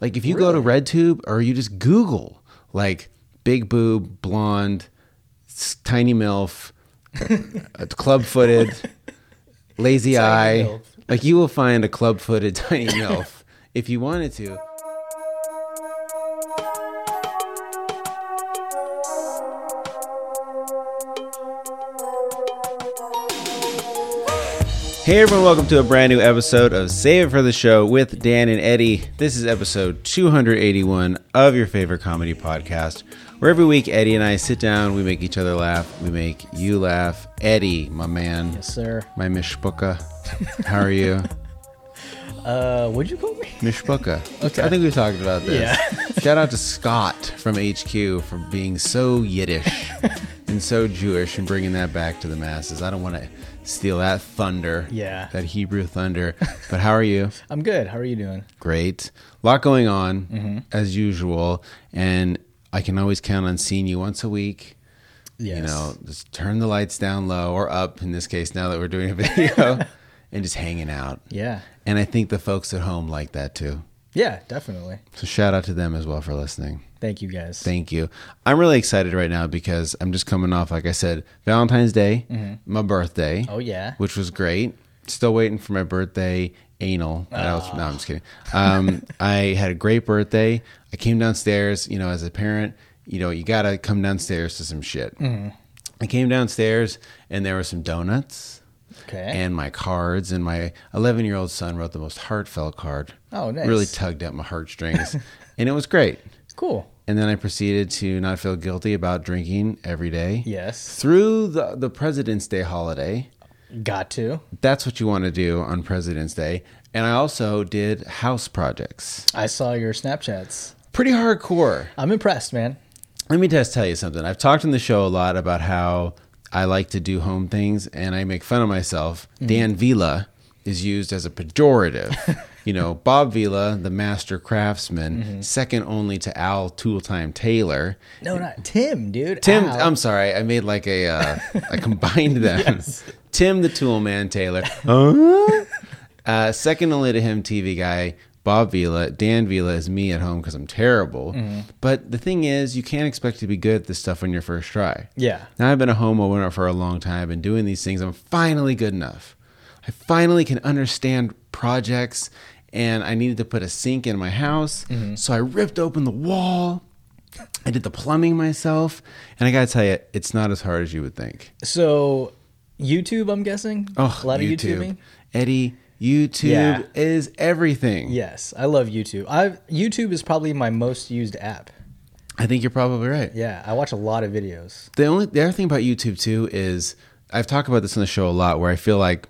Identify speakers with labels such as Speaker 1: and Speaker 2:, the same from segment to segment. Speaker 1: Like if you go to RedTube or you just Google like big boob blonde s- tiny milf uh, club footed lazy eye
Speaker 2: milf.
Speaker 1: like you will find a club footed tiny milf if you wanted to. Hey everyone, welcome to a brand new episode of Save It for the Show with Dan and Eddie. This is episode 281 of your favorite comedy podcast, where every week Eddie and I sit down, we make each other laugh, we make you laugh. Eddie, my man,
Speaker 2: Yes, sir.
Speaker 1: my Mishpuka, how are you?
Speaker 2: Uh, what'd you call me?
Speaker 1: Mishpuka.
Speaker 2: Okay.
Speaker 1: I think we've talked about this.
Speaker 2: Yeah.
Speaker 1: Shout out to Scott from HQ for being so Yiddish and so Jewish and bringing that back to the masses. I don't want to steal that thunder.
Speaker 2: Yeah.
Speaker 1: That Hebrew thunder. But how are you?
Speaker 2: I'm good. How are you doing?
Speaker 1: Great. A lot going on,
Speaker 2: Mm-hmm.
Speaker 1: as usual. And I can always count on seeing you once a week.
Speaker 2: Yes.
Speaker 1: You know, just turn the lights down low or up in this case, now that we're doing a video, and just hanging out.
Speaker 2: Yeah.
Speaker 1: And I think the folks at home like that too.
Speaker 2: Yeah, definitely.
Speaker 1: So shout out to them as well for listening.
Speaker 2: Thank you guys.
Speaker 1: Thank you. I'm really excited right now because I'm just coming off, like I said, Valentine's Day, my birthday.
Speaker 2: Mm-hmm. oh yeah.
Speaker 1: Which was great. Still waiting for my birthday anal. That was- no, I'm just kidding. Um, I had a great birthday. I came downstairs, you know, as a parent, you know, you got to come downstairs to some shit.
Speaker 2: Mm-hmm.
Speaker 1: I came downstairs and there were some donuts
Speaker 2: Okay.
Speaker 1: and my cards and my 11 year old son wrote the most heartfelt card
Speaker 2: Oh, nice.
Speaker 1: really tugged at my heartstrings and it was great
Speaker 2: cool.
Speaker 1: and then i proceeded to not feel guilty about drinking every day
Speaker 2: Yes.
Speaker 1: through the, the president's day holiday
Speaker 2: Got to.
Speaker 1: that's what you want to do on president's day and i also did house projects
Speaker 2: I saw your Snapchats.
Speaker 1: pretty hardcore
Speaker 2: I'm impressed, man.
Speaker 1: let me just tell you something. I've talked in the show a lot about how I like to do home things and I make fun of myself. Dan Vila is used as a pejorative. you know, Bob Vila, the master craftsman, second only to Al Tooltime Taylor.
Speaker 2: No, not Tim, dude.
Speaker 1: Tim, um,
Speaker 2: Ow.
Speaker 1: I'm sorry, I made like a, uh, I combined them. Tim the Tool Man Taylor. Huh? uh, second only to him, TV guy Bob Vila. Dan Vila is me at home because I'm terrible.
Speaker 2: Mm-hmm.
Speaker 1: But the thing is, you can't expect to be good at this stuff on your first try.
Speaker 2: Yeah.
Speaker 1: Now I've been a homeowner for a long time. I've been doing these things. I'm finally good enough. I finally can understand projects, and I needed to put a sink in my house,
Speaker 2: Mm-hmm.
Speaker 1: so I ripped open the wall. I did the plumbing myself, and I gotta tell you, it's not as hard as you would think.
Speaker 2: So, YouTube, I'm guessing.
Speaker 1: Oh,
Speaker 2: a lot
Speaker 1: YouTube,
Speaker 2: of YouTubing.
Speaker 1: Eddie, YouTube
Speaker 2: Yeah.
Speaker 1: is everything.
Speaker 2: Yes, I love YouTube. I have YouTube is probably my most used app.
Speaker 1: I think you're probably right.
Speaker 2: Yeah, I watch a lot of videos.
Speaker 1: The only the other thing about YouTube too is I've talked about this on the show a lot where I feel like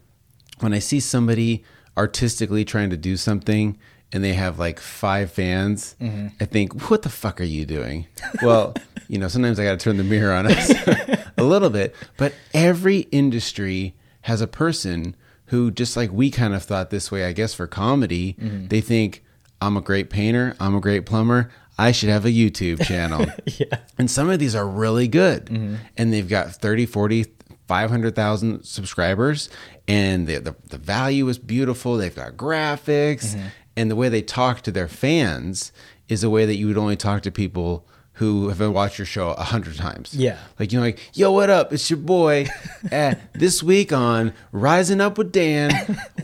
Speaker 1: when I see somebody artistically trying to do something and they have like five fans, I think, what the fuck are you doing? Well, you know, sometimes I got to turn the mirror on us a little bit, but every industry has a person who just like we kind of thought this way, I guess, for comedy. They think, I'm a great painter, I'm a great plumber, I should have a YouTube channel.
Speaker 2: Yeah.
Speaker 1: And some of these are really good. And they've got 30, 40, 500,000 subscribers. And the, the, the value is beautiful. They've got graphics. And the way they talk to their fans is a way that you would only talk to people who have watched your show a hundred times.
Speaker 2: Yeah.
Speaker 1: Like, you know, like, yo, what up? It's your boy. Eh, this week on Rising Up with Dan,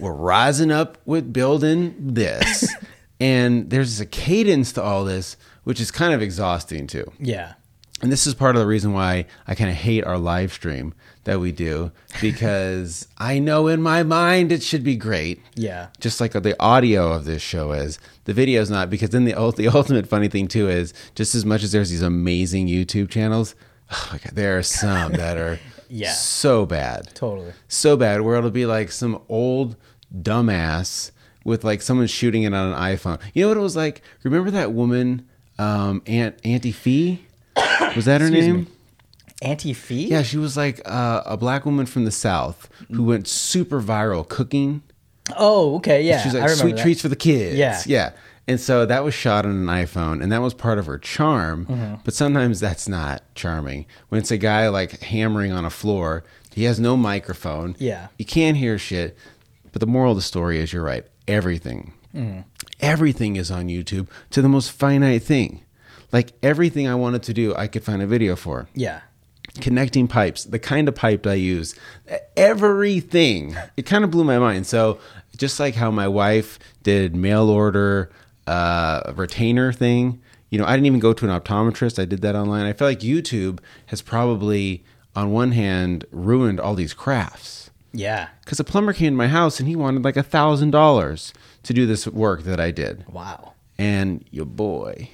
Speaker 1: we're rising up with building this. And there's a cadence to all this, which is kind of exhausting too.
Speaker 2: Yeah.
Speaker 1: And this is part of the reason why I kind of hate our live stream that we do because I know in my mind it should be great.
Speaker 2: Yeah.
Speaker 1: Just like the audio of this show is, the video's not because then the ult- the ultimate funny thing too is just as much as there's these amazing YouTube channels, oh my God, there are some that are
Speaker 2: Yeah.
Speaker 1: so bad
Speaker 2: Totally.
Speaker 1: so bad where it'll be like some old dumbass with like someone shooting it on an iPhone. You know what it was like? Remember that woman, um, Aunt Auntie Fee? Was that her name?
Speaker 2: Anti fee?
Speaker 1: Yeah, she was like uh, a black woman from the South who went super viral cooking.
Speaker 2: Oh, okay. Yeah.
Speaker 1: She was
Speaker 2: I
Speaker 1: like
Speaker 2: remember
Speaker 1: sweet
Speaker 2: that.
Speaker 1: treats for the kids.
Speaker 2: Yeah.
Speaker 1: yeah. And so that was shot on an iPhone, and that was part of her charm.
Speaker 2: Mm-hmm.
Speaker 1: But sometimes that's not charming. When it's a guy like hammering on a floor, he has no microphone.
Speaker 2: Yeah.
Speaker 1: you can't hear shit. But the moral of the story is, you're right. Everything
Speaker 2: Mm-hmm.
Speaker 1: Everything is on YouTube to the most finite thing. Like everything I wanted to do, I could find a video for.
Speaker 2: Yeah.
Speaker 1: Connecting pipes, the kind of pipe I use, everything. It kind of blew my mind. So, just like how my wife did mail order uh, retainer thing, you know, I didn't even go to an optometrist. I did that online. I feel like YouTube has probably, on one hand, ruined all these crafts
Speaker 2: Yeah.
Speaker 1: because a plumber came to my house and he wanted like a thousand dollars to do this work that I did,
Speaker 2: Wow.
Speaker 1: and your boy,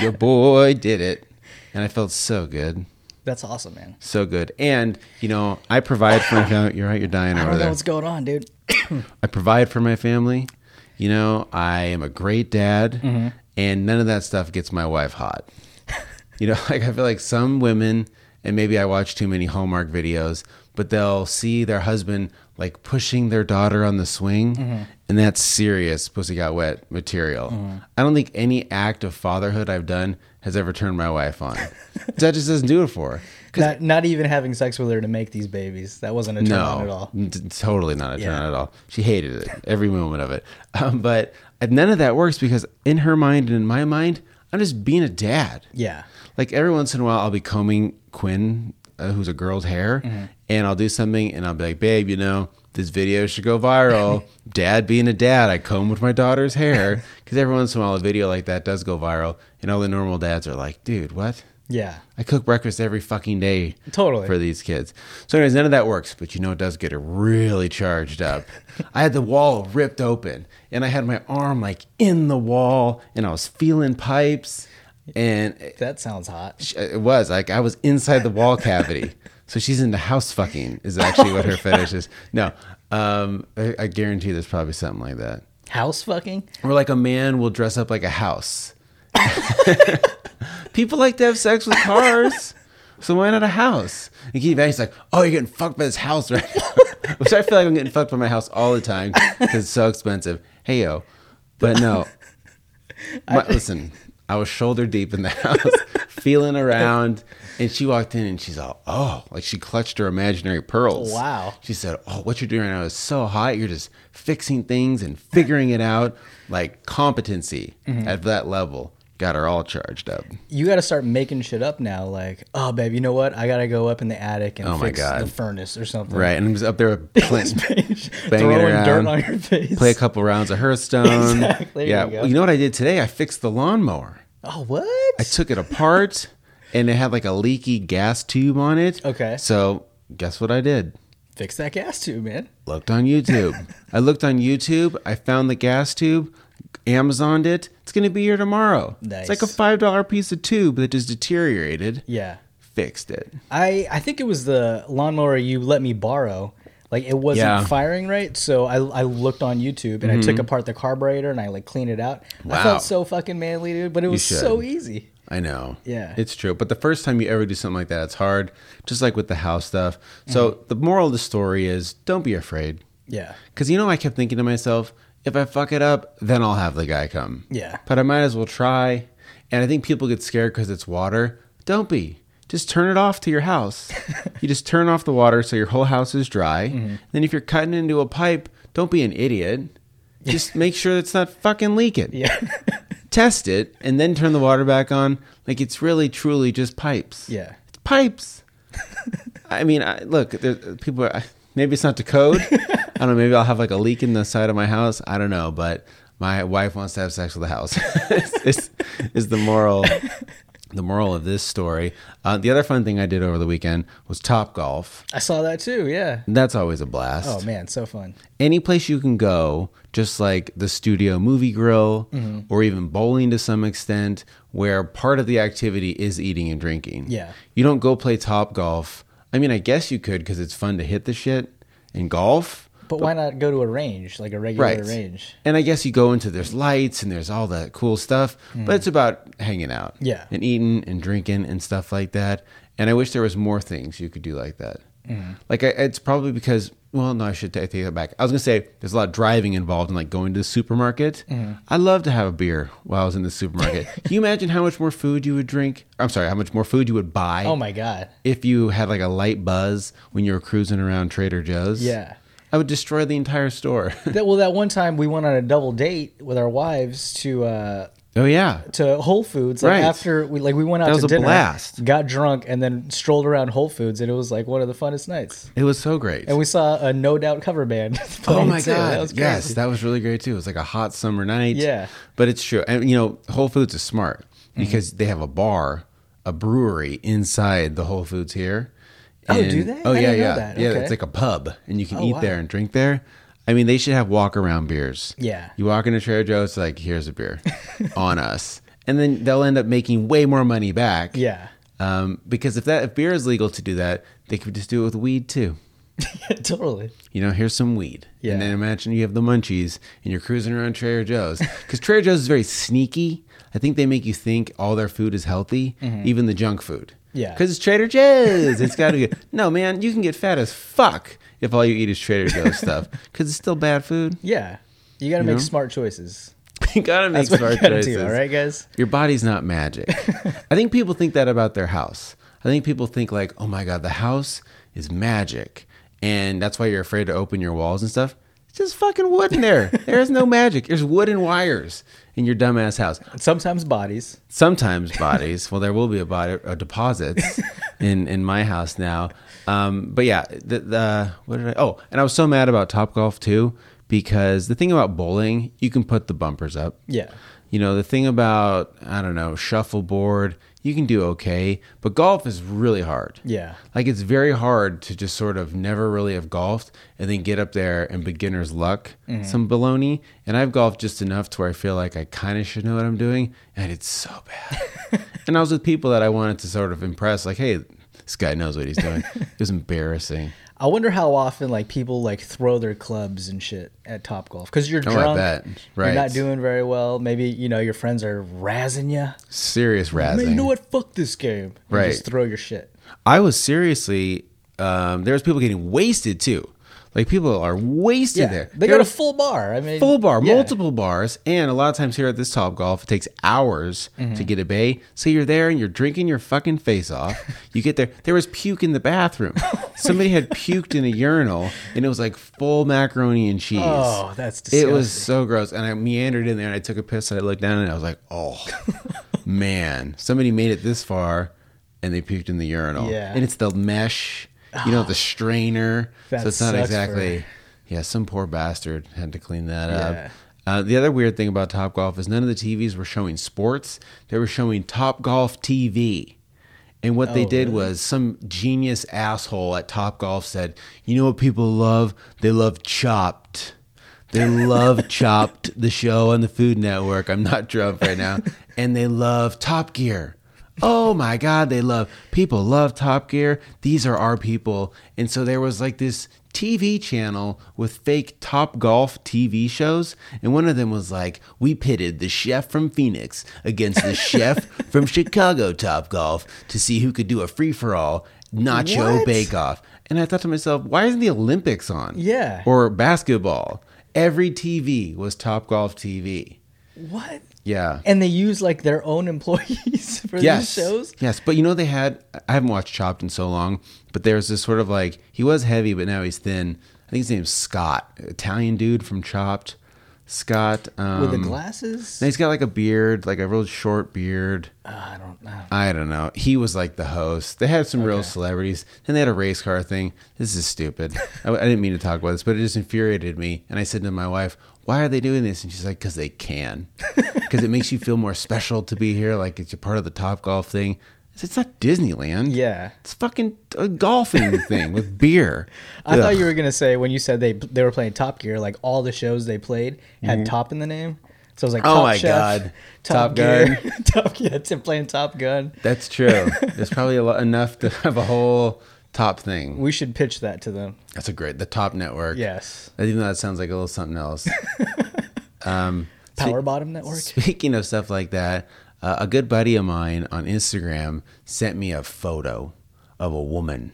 Speaker 1: your boy did it, and I felt so good,
Speaker 2: That's awesome, man.
Speaker 1: so good. And you know, I provide for my family. You're right, you're dying
Speaker 2: I
Speaker 1: over
Speaker 2: don't know
Speaker 1: there.
Speaker 2: what's going on, dude.
Speaker 1: I provide for my family. You know, I am a great dad,
Speaker 2: Mm-hmm.
Speaker 1: and none of that stuff gets my wife hot. you know, like I feel like some women, and maybe I watch too many Hallmark videos, but they'll see their husband like pushing their daughter on the swing,
Speaker 2: Mm-hmm.
Speaker 1: and that's serious pussy got wet material. I don't think any act of fatherhood I've done has ever turned my wife on. that just doesn't do it for her.
Speaker 2: Not, not even having sex with her to make these babies. That wasn't a turn on at all.
Speaker 1: N- t- totally not a turn
Speaker 2: Yeah.
Speaker 1: on at all. She hated it, every moment of it. Um, but none of that works because in her mind and in my mind, I'm just being a dad.
Speaker 2: Yeah.
Speaker 1: Like every once in a while, I'll be combing Quinn, uh, who's a girl's hair,
Speaker 2: Mm-hmm.
Speaker 1: and I'll do something and I'll be like, babe, you know, this video should go viral. dad being a dad, I comb with my daughter's hair. Because every once in a while, a video like that does go viral, and all the normal dads are like, dude, what?
Speaker 2: Yeah.
Speaker 1: I cook breakfast every fucking day.
Speaker 2: Totally.
Speaker 1: For these kids. So, anyways, none of that works, but you know it does get her really charged up. I had the wall ripped open and I had my arm like in the wall and I was feeling pipes and it,
Speaker 2: That sounds hot.
Speaker 1: it was like I was inside the wall cavity. So she's into house fucking is actually what her fetish is. No, um, I, I guarantee there's probably something like that.
Speaker 2: House fucking?
Speaker 1: Or like a man will dress up like a house. People like to have sex with cars. So why not a house? And Keith Vanny's like, oh, you're getting fucked by this house right now. Which I feel like I'm getting fucked by my house all the time because it's so expensive. Hey, yo. But no. My- listen, I was shoulder deep in the house, feeling around. And she walked in and she's all, oh, like she clutched her imaginary pearls.
Speaker 2: Wow.
Speaker 1: She said, Oh, what you're doing right now is so hot. You're just fixing things and figuring it out. Like competency at that level got her all charged up.
Speaker 2: You got to start making shit up now. Like, oh, babe, you know what? I got to go up in the attic and
Speaker 1: Oh my
Speaker 2: fix
Speaker 1: God.
Speaker 2: the furnace or something.
Speaker 1: Right. And I'm just up there with Clint,
Speaker 2: Throwing dirt
Speaker 1: around.
Speaker 2: on your face.
Speaker 1: play a couple rounds of Hearthstone.
Speaker 2: Exactly, there
Speaker 1: Yeah.
Speaker 2: you go.
Speaker 1: Well, you know what I did today? I fixed the lawnmower.
Speaker 2: oh, what?
Speaker 1: I took it apart and it had like a leaky gas tube on it.
Speaker 2: Okay.
Speaker 1: So guess what I did?
Speaker 2: Fix that gas tube, man.
Speaker 1: Looked on YouTube. I looked on YouTube. I found the gas tube, Amazoned it. It's going to be here tomorrow. It's like a
Speaker 2: Nice.
Speaker 1: $5 piece of tube that just deteriorated.
Speaker 2: Yeah.
Speaker 1: Fixed it.
Speaker 2: I I think it was the lawnmower you let me borrow. Like it wasn't
Speaker 1: Yeah. Mm-hmm.
Speaker 2: firing right, so I I looked on YouTube and I took apart the carburetor and I like cleaned it out. I
Speaker 1: Wow.
Speaker 2: felt so fucking manly, dude, but it was
Speaker 1: should.
Speaker 2: so easy.
Speaker 1: I know.
Speaker 2: Yeah.
Speaker 1: It's true. But the first time you ever do something like that, it's hard, just like with the house stuff. So
Speaker 2: Mm-hmm.
Speaker 1: the moral of the story is don't be afraid.
Speaker 2: Yeah.
Speaker 1: Because you know, I kept thinking to myself, if I fuck it up, then I'll have the guy come.
Speaker 2: Yeah.
Speaker 1: But I might as well try. And I think people get scared because it's water. Don't be. Just turn it off to your house. you just turn off the water so your whole house is dry.
Speaker 2: Mm-hmm.
Speaker 1: Then if you're cutting into a pipe, don't be an idiot. Just make sure it's not fucking leaking.
Speaker 2: Yeah.
Speaker 1: Test it and then turn the water back on. Like it's really, truly just pipes.
Speaker 2: yeah.
Speaker 1: It's pipes. I mean, I, look, there, people are, maybe it's not to code. I don't know. Maybe I'll have like a leak in the side of my house. I don't know. But my wife wants to have sex with the house. is, is the moral, the moral of this story. Uh, the other fun thing I did over the weekend was Top Golf.
Speaker 2: I saw that too. Yeah.
Speaker 1: That's always a blast
Speaker 2: Oh man, so fun.
Speaker 1: any place you can go, just like the studio movie grill or even bowling to some extent, where part of the activity is eating and drinking.
Speaker 2: Yeah.
Speaker 1: You don't go play top golf. I mean, I guess you could because it's fun to hit the shit and golf.
Speaker 2: But why not go to a range, like a regular
Speaker 1: Right.
Speaker 2: range?
Speaker 1: And I guess you go into there's lights and there's all that cool stuff, but it's about hanging out.
Speaker 2: Hmm. Yeah.
Speaker 1: And eating and drinking and stuff like that. And I wish there was more things you could do like that.
Speaker 2: Hmm.
Speaker 1: Like I, it's probably because well no I should ta- take that back. I was gonna say there's a lot of driving involved in like going to the supermarket.
Speaker 2: Hmm.
Speaker 1: I love to have a beer while I was in the supermarket. Can you imagine how much more food you would drink? I'm sorry, how much more food you would buy
Speaker 2: Oh my god.
Speaker 1: if you had like a light buzz when you were cruising around Trader Joe's?
Speaker 2: Yeah.
Speaker 1: I would destroy the entire store.
Speaker 2: That, well, that one time we went on a double date with our wives to uh,
Speaker 1: oh yeah.
Speaker 2: to Whole Foods. Like
Speaker 1: Right.
Speaker 2: After we like we went out
Speaker 1: That
Speaker 2: to
Speaker 1: was a
Speaker 2: dinner,
Speaker 1: blast.
Speaker 2: got drunk, and then strolled around Whole Foods, and it was like one of the funnest nights.
Speaker 1: It was so great.
Speaker 2: And we saw a No Doubt cover band.
Speaker 1: Oh
Speaker 2: playing,
Speaker 1: my
Speaker 2: too.
Speaker 1: god!
Speaker 2: That was
Speaker 1: yes,
Speaker 2: crazy.
Speaker 1: that was really great too. It was like a hot summer night.
Speaker 2: Yeah.
Speaker 1: but it's true. And you know, Whole Foods is smart because they have a bar, a brewery inside the Whole Foods here.
Speaker 2: Oh,
Speaker 1: And-
Speaker 2: do they?
Speaker 1: Oh
Speaker 2: I
Speaker 1: yeah,
Speaker 2: didn't know
Speaker 1: yeah,
Speaker 2: that.
Speaker 1: yeah.
Speaker 2: Okay.
Speaker 1: It's like a pub, and you can
Speaker 2: Oh,
Speaker 1: eat
Speaker 2: wow.
Speaker 1: there and drink there. I mean, they should have walk around beers.
Speaker 2: Yeah.
Speaker 1: you walk into Trader Joe's, like here's a beer, on us, and then they'll end up making way more money back.
Speaker 2: Yeah.
Speaker 1: um, because if that if beer is legal to do that, they could just do it with weed too
Speaker 2: totally.
Speaker 1: you know, here's some weed.
Speaker 2: Yeah.
Speaker 1: And then imagine you have the munchies and you're cruising around Trader Joe's. Because Trader Joe's is very sneaky. I think they make you think all their food is healthy, even the junk food.
Speaker 2: Mm-hmm. Yeah.
Speaker 1: Because it's Trader Joe's. It's got to be. No, man, you can get fat as fuck if all you eat is Trader Joe's stuff. Because it's still bad food.
Speaker 2: Yeah. You got to make
Speaker 1: know?
Speaker 2: smart choices.
Speaker 1: you got to make
Speaker 2: That's what
Speaker 1: smart
Speaker 2: you got to
Speaker 1: choices.
Speaker 2: do. All right, guys.
Speaker 1: Your body's not magic. I think people think that about their house. I think people think like, "Oh my god, the house is magic." And that's why you're afraid to open your walls and stuff. It's just fucking wood in there. there is no magic. There's wood and wires in your dumbass house.
Speaker 2: Sometimes bodies.
Speaker 1: Sometimes bodies. well, there will be a body a deposits in in my house now. Um, but yeah, the, the what did I? Oh, and I was so mad about Top Golf too because the thing about bowling, you can put the bumpers up.
Speaker 2: Yeah.
Speaker 1: You know, the thing about, I don't know, shuffleboard, you can do okay, but golf is really hard.
Speaker 2: Yeah.
Speaker 1: Like it's very hard to just sort of never really have golfed and then get up there and beginner's luck,
Speaker 2: Mm-hmm.
Speaker 1: some baloney. And I've golfed just enough to where I feel like I kind of should know what I'm doing. And I did so bad. and I was with people that I wanted to sort of impress, like, hey, this guy knows what he's doing. it was embarrassing.
Speaker 2: I wonder how often like people like throw their clubs and shit at Top Golf because you're
Speaker 1: Oh, I
Speaker 2: drunk,
Speaker 1: bet. Right.
Speaker 2: you're not doing very well. Maybe you know your friends are razzing you.
Speaker 1: Serious razzing.
Speaker 2: Man, you know what? Fuck this game. And
Speaker 1: Right.
Speaker 2: Just throw your shit.
Speaker 1: I was seriously. Um, there was people getting wasted too. Like people are wasted
Speaker 2: Yeah.
Speaker 1: there.
Speaker 2: They
Speaker 1: There
Speaker 2: got a
Speaker 1: was
Speaker 2: full bar. I mean,
Speaker 1: full bar,
Speaker 2: yeah.
Speaker 1: multiple bars, and a lot of times here at this Top Golf, it takes hours
Speaker 2: Mm-hmm.
Speaker 1: to get a bay. So you're there and you're drinking your fucking face off. you get there. There was puke in the bathroom.
Speaker 2: Oh
Speaker 1: Somebody had puked in a urinal, and it was like full macaroni and cheese.
Speaker 2: Oh, that's
Speaker 1: It was
Speaker 2: disgusting.
Speaker 1: so gross. And I meandered in there and I took a piss and I looked down and I was like, oh, man, somebody made it this far and they puked in the urinal.
Speaker 2: Yeah.
Speaker 1: And it's the mesh, you know, the strainer.
Speaker 2: That
Speaker 1: so it's not
Speaker 2: sucks
Speaker 1: exactly. Yeah, some poor bastard had to clean that
Speaker 2: Yeah.
Speaker 1: up. Uh, the other weird thing about Top Golf is none of the TVs were showing sports. They were showing Top Golf TV. And what they
Speaker 2: Oh,
Speaker 1: did
Speaker 2: really?
Speaker 1: was some genius asshole at Top Golf said, "You know what people love? They love Chopped. They love Chopped, the show on the Food Network. I'm not drunk right now, and they love Top Gear. Oh my God, they love people love Top Gear. These are our people. And so there was like this." TV channel with fake Top Golf TV shows, and one of them was like, "We pitted the chef from Phoenix against the chef from Chicago Top Golf to see who could do a free for all nacho
Speaker 2: What?
Speaker 1: bake off." And I thought to myself, "Why isn't the Olympics on?
Speaker 2: Yeah.
Speaker 1: or basketball? Every TV was Top Golf TV.
Speaker 2: what?
Speaker 1: Yeah,
Speaker 2: And they use like their own employees for
Speaker 1: yes,
Speaker 2: these shows.
Speaker 1: yes. But you know they had. I haven't watched Chopped in so long, but there was this sort of like he was heavy, but now he's thin. I think his name's Scott, Italian dude from Chopped. Scott um,
Speaker 2: With the glasses,
Speaker 1: and he's got like a beard, like a real short beard.
Speaker 2: Ah, I don't know.
Speaker 1: I don't know. He was like the host. They had some real celebrities, and they had a race car thing. This is stupid. I, I didn't mean to talk about this, but it just infuriated me. And I said to my wife, "Why are they doing this?" And she's like, "Cause they can. Cause it makes you feel more special to be here. Like it's a part of the Top Golf thing. I said, It's not Disneyland.
Speaker 2: Yeah.
Speaker 1: it's fucking a golfing thing with beer.
Speaker 2: I thought
Speaker 1: Ugh.
Speaker 2: you were gonna say when you said they they were playing Top Gear, like all the shows they played had Top in the name. So I was like,
Speaker 1: Mm-hmm. Oh
Speaker 2: Top
Speaker 1: my
Speaker 2: Chef,
Speaker 1: God.
Speaker 2: Top,
Speaker 1: Top
Speaker 2: Gear, Top Gear, yeah, playing Top Gun.
Speaker 1: That's true. There's probably a lot, enough to have a whole top thing.
Speaker 2: We should pitch that to them.
Speaker 1: That's a great the top network.
Speaker 2: Yes,
Speaker 1: Even though that sounds like a little something else.
Speaker 2: Power Bottom Network.
Speaker 1: Speaking of stuff like that, uh, a good buddy of mine on Instagram sent me a photo of a woman.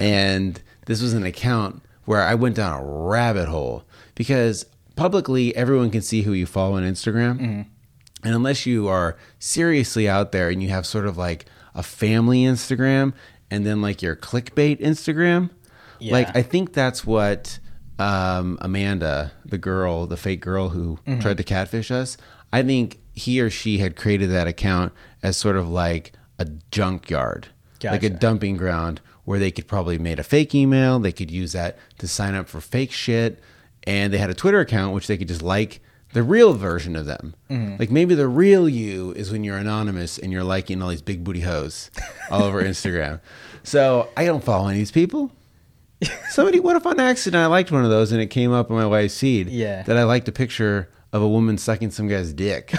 Speaker 1: and this was an account where I went down a rabbit hole because publicly everyone can see who you follow on Instagram. And unless you are seriously out there and you have sort of like a family Instagram and then like your clickbait Instagram,
Speaker 2: Yeah.
Speaker 1: like I think that's what um, Amanda, the girl, the fake girl who
Speaker 2: Mm-hmm.
Speaker 1: tried to catfish us, I think he or she had created that account as sort of like a junkyard, like a
Speaker 2: Gotcha.
Speaker 1: dumping ground where they could probably made a fake email. They could use that to sign up for fake shit, and they had a Twitter account which they could just like the real version of them. Like maybe the real you is when you're anonymous and you're liking all these big booty hoes all over Instagram. So I don't follow any of these people. Somebody, what if on accident I liked one of those and it came up on my wife's feed?
Speaker 2: Yeah.
Speaker 1: That I liked a picture of a woman sucking some guy's dick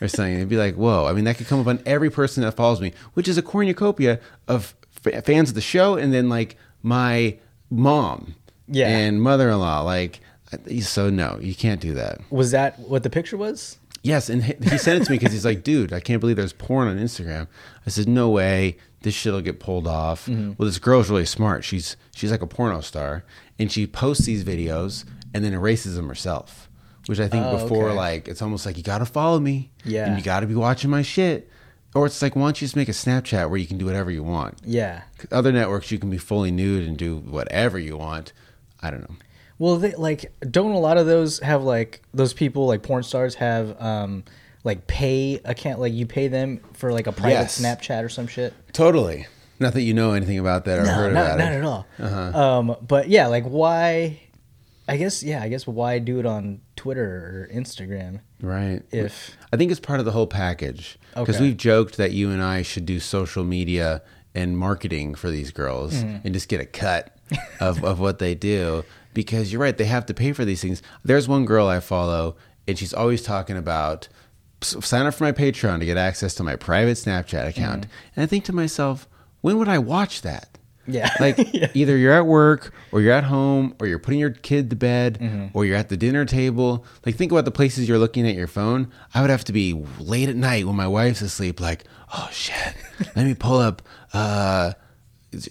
Speaker 1: or something. It'd be like, whoa. I mean, that could come up on every person that follows me, which is a cornucopia of f- fans of the show and then like my mom
Speaker 2: Yeah.
Speaker 1: and mother in law. Like, I- so no, you can't do that.
Speaker 2: Was that what the picture was?
Speaker 1: Yes, and he he sent it to me because he's like, dude, I can't believe there's porn on Instagram. I said, no way, this shit'll get pulled off.
Speaker 2: Mm-hmm.
Speaker 1: Well, this girl's really smart. She's she's like a porno star, and she posts these videos and then erases them herself. Which I think
Speaker 2: Oh,
Speaker 1: before,
Speaker 2: okay.
Speaker 1: like, it's almost like you gotta follow me,
Speaker 2: Yeah.
Speaker 1: and you gotta be watching my shit, or it's like, why don't you just make a Snapchat where you can do whatever you want?
Speaker 2: Yeah.
Speaker 1: Other networks, you can be fully nude and do whatever you want. I don't know.
Speaker 2: Well, they, like, don't a lot of those have like those people like porn stars have um like pay account like you pay them for like a private
Speaker 1: Yes.
Speaker 2: Snapchat or some shit?
Speaker 1: Totally. Not that you know anything about that Uh-huh. or heard
Speaker 2: no,
Speaker 1: about
Speaker 2: not
Speaker 1: it.
Speaker 2: at all. Um, but yeah, like why? I guess yeah, I guess why do it on Twitter or Instagram
Speaker 1: Right.
Speaker 2: if
Speaker 1: I think it's part of the whole package because
Speaker 2: Okay.
Speaker 1: we've joked that you and I should do social media and marketing for these girls
Speaker 2: Mm-hmm.
Speaker 1: and just get a cut of, of what they do because you're right they have to pay for these things. There's one girl I follow and she's always talking about "S- sign up for my Patreon to get access to my private Snapchat account.
Speaker 2: Mm-hmm.
Speaker 1: And I think to myself, when would I watch that?
Speaker 2: yeah,
Speaker 1: Like either you're at work or you're at home or you're putting your kid to bed
Speaker 2: Mm-hmm.
Speaker 1: or you're at the dinner table. Like think about the places you're looking at your phone. I would have to be late at night when my wife's asleep. Like oh shit, let me pull up uh,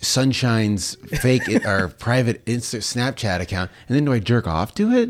Speaker 1: Sunshine's fake or private Insta Snapchat account, and then do I jerk off to it?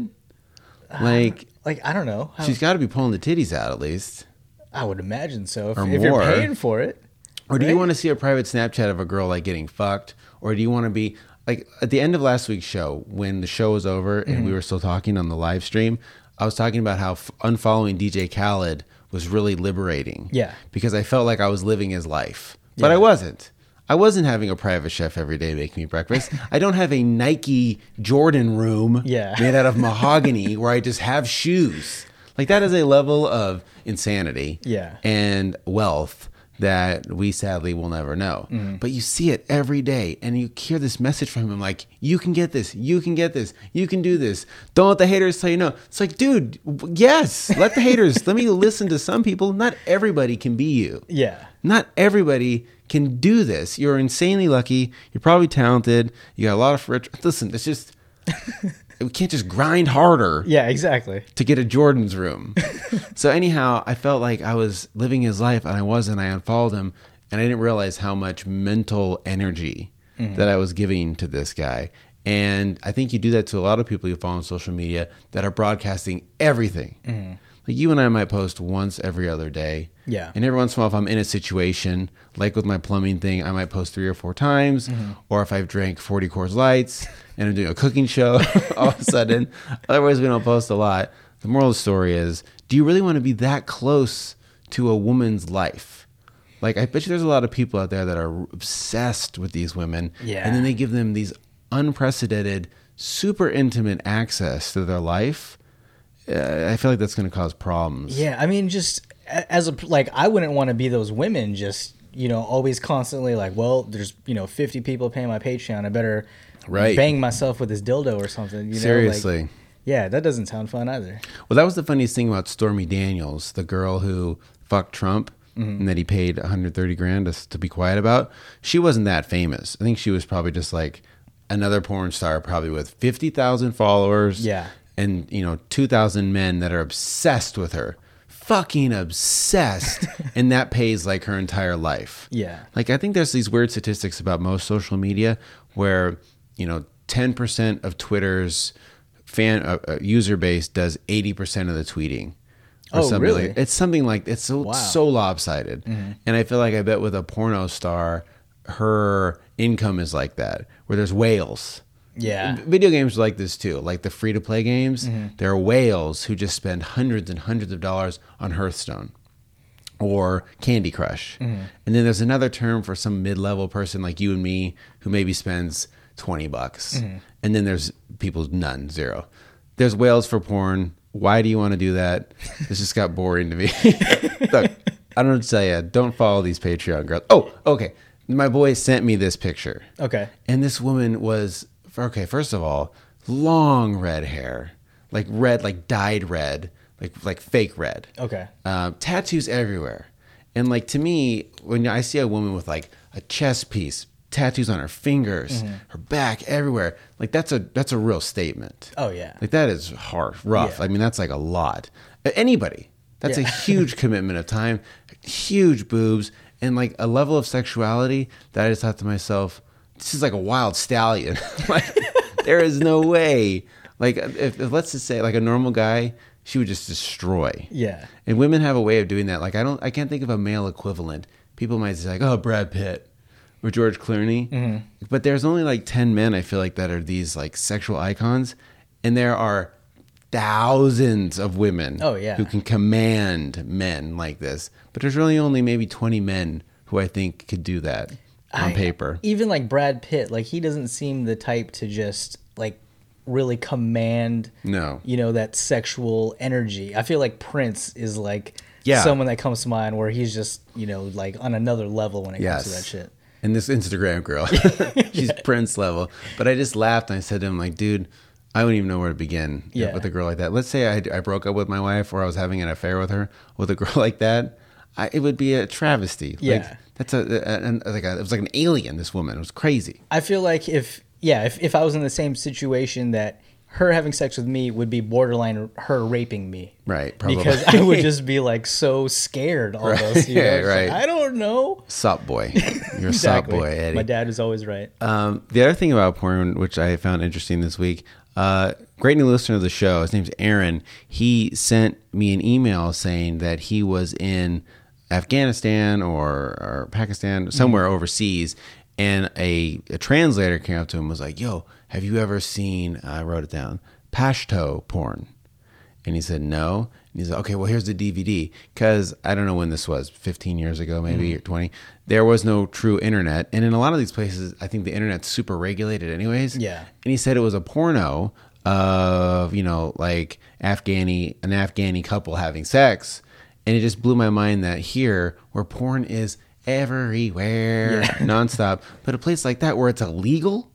Speaker 2: Uh,
Speaker 1: Like
Speaker 2: like I don't know. I,
Speaker 1: she's got to be pulling the titties out at least.
Speaker 2: I would imagine so. If,
Speaker 1: Or
Speaker 2: if you're
Speaker 1: more.
Speaker 2: paying for it,
Speaker 1: Or do you
Speaker 2: Right?
Speaker 1: want to see a private Snapchat of a girl like getting fucked? Or do you want to be like at the end of last week's show when the show was over and
Speaker 2: Mm-hmm.
Speaker 1: we were still talking on the live stream? I was talking about how f- unfollowing DJ Khaled was really liberating.
Speaker 2: Yeah.
Speaker 1: Because I felt like I was living his life, but I wasn't. I wasn't having a private chef every day making me breakfast. I don't have a Nike Jordan room
Speaker 2: Yeah.
Speaker 1: made out of mahogany where I just have shoes. Like that is a level of insanity
Speaker 2: Yeah.
Speaker 1: and wealth that we sadly will never know. But you see it every day and you hear this message from him like, you can get this, you can get this, you can do this. Don't let the haters tell you no. It's like, dude, w- yes, let the haters, let me listen to some people. Not everybody can be you.
Speaker 2: yeah,
Speaker 1: Not everybody can do this. You're insanely lucky. You're probably talented. You got a lot of rich. Listen, it's just, we can't just grind harder
Speaker 2: yeah, exactly.
Speaker 1: to get a Jordan's room. so anyhow, I felt like I was living his life and I wasn't. I unfollowed him and I didn't realize how much mental energy that I was giving to this guy. And I think you do that to a lot of people you follow on social media that are broadcasting everything. Like you and I might post once every other day.
Speaker 2: Yeah.
Speaker 1: And every once in a while, if I'm in a situation, like with my plumbing thing, I might post three or four times.
Speaker 2: Mm-hmm.
Speaker 1: Or if I've drank 40 Coors Lights and I'm doing a cooking show all of a sudden. Otherwise, we don't post a lot. The moral of the story is do you really want to be that close to a woman's life? Like, I bet you there's a lot of people out there that are obsessed with these women.
Speaker 2: Yeah.
Speaker 1: And then they give them these unprecedented, super intimate access to their life. Uh, I feel like that's going to cause problems.
Speaker 2: Yeah, I mean, just a- as a like, I wouldn't want to be those women. Just you know, always constantly like, well, there's you know, fifty people paying my Patreon. I better
Speaker 1: Right.
Speaker 2: bang myself with this dildo or something. You know, like-
Speaker 1: Seriously.
Speaker 2: yeah, that doesn't sound fun either.
Speaker 1: Well, that was the funniest thing about Stormy Daniels, the girl who fucked Trump and that he paid 130 grand to, to be quiet about. She wasn't that famous. I think she was probably just like another porn star, probably with 50,000 followers.
Speaker 2: Yeah.
Speaker 1: And, you know, 2,000 men that are obsessed with her. Fucking obsessed. and that pays like her entire life.
Speaker 2: Yeah.
Speaker 1: Like I think there's these weird statistics about most social media where you know 10% of Twitter's fan uh, uh, user base does 80% of the tweeting. Or
Speaker 2: Oh,
Speaker 1: something
Speaker 2: really? Mm-hmm.
Speaker 1: Like, it's something like it's so so lopsided, and I feel like I bet with a porno star, her income is like that, where there's whales
Speaker 2: Yeah. Mm-hmm.
Speaker 1: video games are like this too. Like the free to play games, there are whales who just spend hundreds and hundreds of dollars on Hearthstone or Candy Crush. And then there's another term for some mid level person like you and me who maybe spends 20 bucks. And then there's people, none, zero. There's whales for porn. Why do you want to do that? This just got boring to me. Look, I don't know what to tell you. Don't follow these Patreon girls. Oh, okay. My boy sent me this picture.
Speaker 2: Okay.
Speaker 1: And this woman was okay. First of all, long red hair, like red, like dyed red, like like fake red.
Speaker 2: Okay.
Speaker 1: Uh, tattoos everywhere, and like to me, when I see a woman with like a chest piece, tattoos on her fingers,
Speaker 2: Mm-hmm.
Speaker 1: her back, everywhere, like that's a that's a real statement.
Speaker 2: Oh yeah.
Speaker 1: Like that is harsh, rough.
Speaker 2: Yeah.
Speaker 1: I mean, that's like a lot. Uh, Anybody. That's a huge commitment of time, huge boobs, and like a level of sexuality that I just thought to myself, this is like a wild stallion. like, there is no way. Like, if, if let's just say, like a normal guy, she would just destroy.
Speaker 2: Yeah.
Speaker 1: And women have a way of doing that. Like I don't, I can't think of a male equivalent. People might say like, oh, Brad Pitt or George Clooney,
Speaker 2: Mm-hmm.
Speaker 1: but there's only like ten men I feel like that are these like sexual icons, and there are thousands of women.
Speaker 2: Oh, yeah.
Speaker 1: who can command men like this. But there's really only maybe twenty men who I think could do that on
Speaker 2: I-
Speaker 1: paper.
Speaker 2: Even like Brad Pitt, like he doesn't seem the type to just like really command
Speaker 1: No.
Speaker 2: you know that sexual energy. I feel like Prince is like
Speaker 1: Yeah.
Speaker 2: someone that comes to mind where he's just, you know, like on another level when it
Speaker 1: Yes.
Speaker 2: comes to that shit.
Speaker 1: And this Instagram girl, she's Prince level. But I just laughed and I said to him, like, dude, I wouldn't even know where to begin
Speaker 2: Yeah.
Speaker 1: with a girl like that. Let's say I, I broke up with my wife or I was having an affair with her with a girl like that. I, it would be a travesty.
Speaker 2: Yeah.
Speaker 1: Like, that's a, a, a, like a, it was like an alien, this woman. It was crazy.
Speaker 2: I feel like if yeah, if, if I was in the same situation that her having sex with me would be borderline her raping me.
Speaker 1: Right, probably.
Speaker 2: Because I would just be like so scared almost. You know?
Speaker 1: yeah,
Speaker 2: It's like,
Speaker 1: right.
Speaker 2: I don't know.
Speaker 1: Sop boy. You're a
Speaker 2: Exactly.
Speaker 1: sop boy, Eddie.
Speaker 2: My dad is always right.
Speaker 1: Um, the other thing about porn, which I found interesting this week, uh, great new listener of the show, his name's Aaron. He sent me an email saying that he was in Afghanistan or, or Pakistan, somewhere overseas, and a, a translator came up to him and was like, Yo, have you ever seen, I wrote it down, Pashto porn? And he said, no. And he said, okay, well, here's the DVD. Because I don't know when this was, 15 years ago, maybe, or 20. There was no true internet. And in a lot of these places, I think the internet's super regulated, anyways.
Speaker 2: Yeah.
Speaker 1: And he said it was a porno of, you know, like Afghani, an Afghani couple having sex. And it just blew my mind that here, where porn is everywhere, nonstop, but a place like that where it's illegal,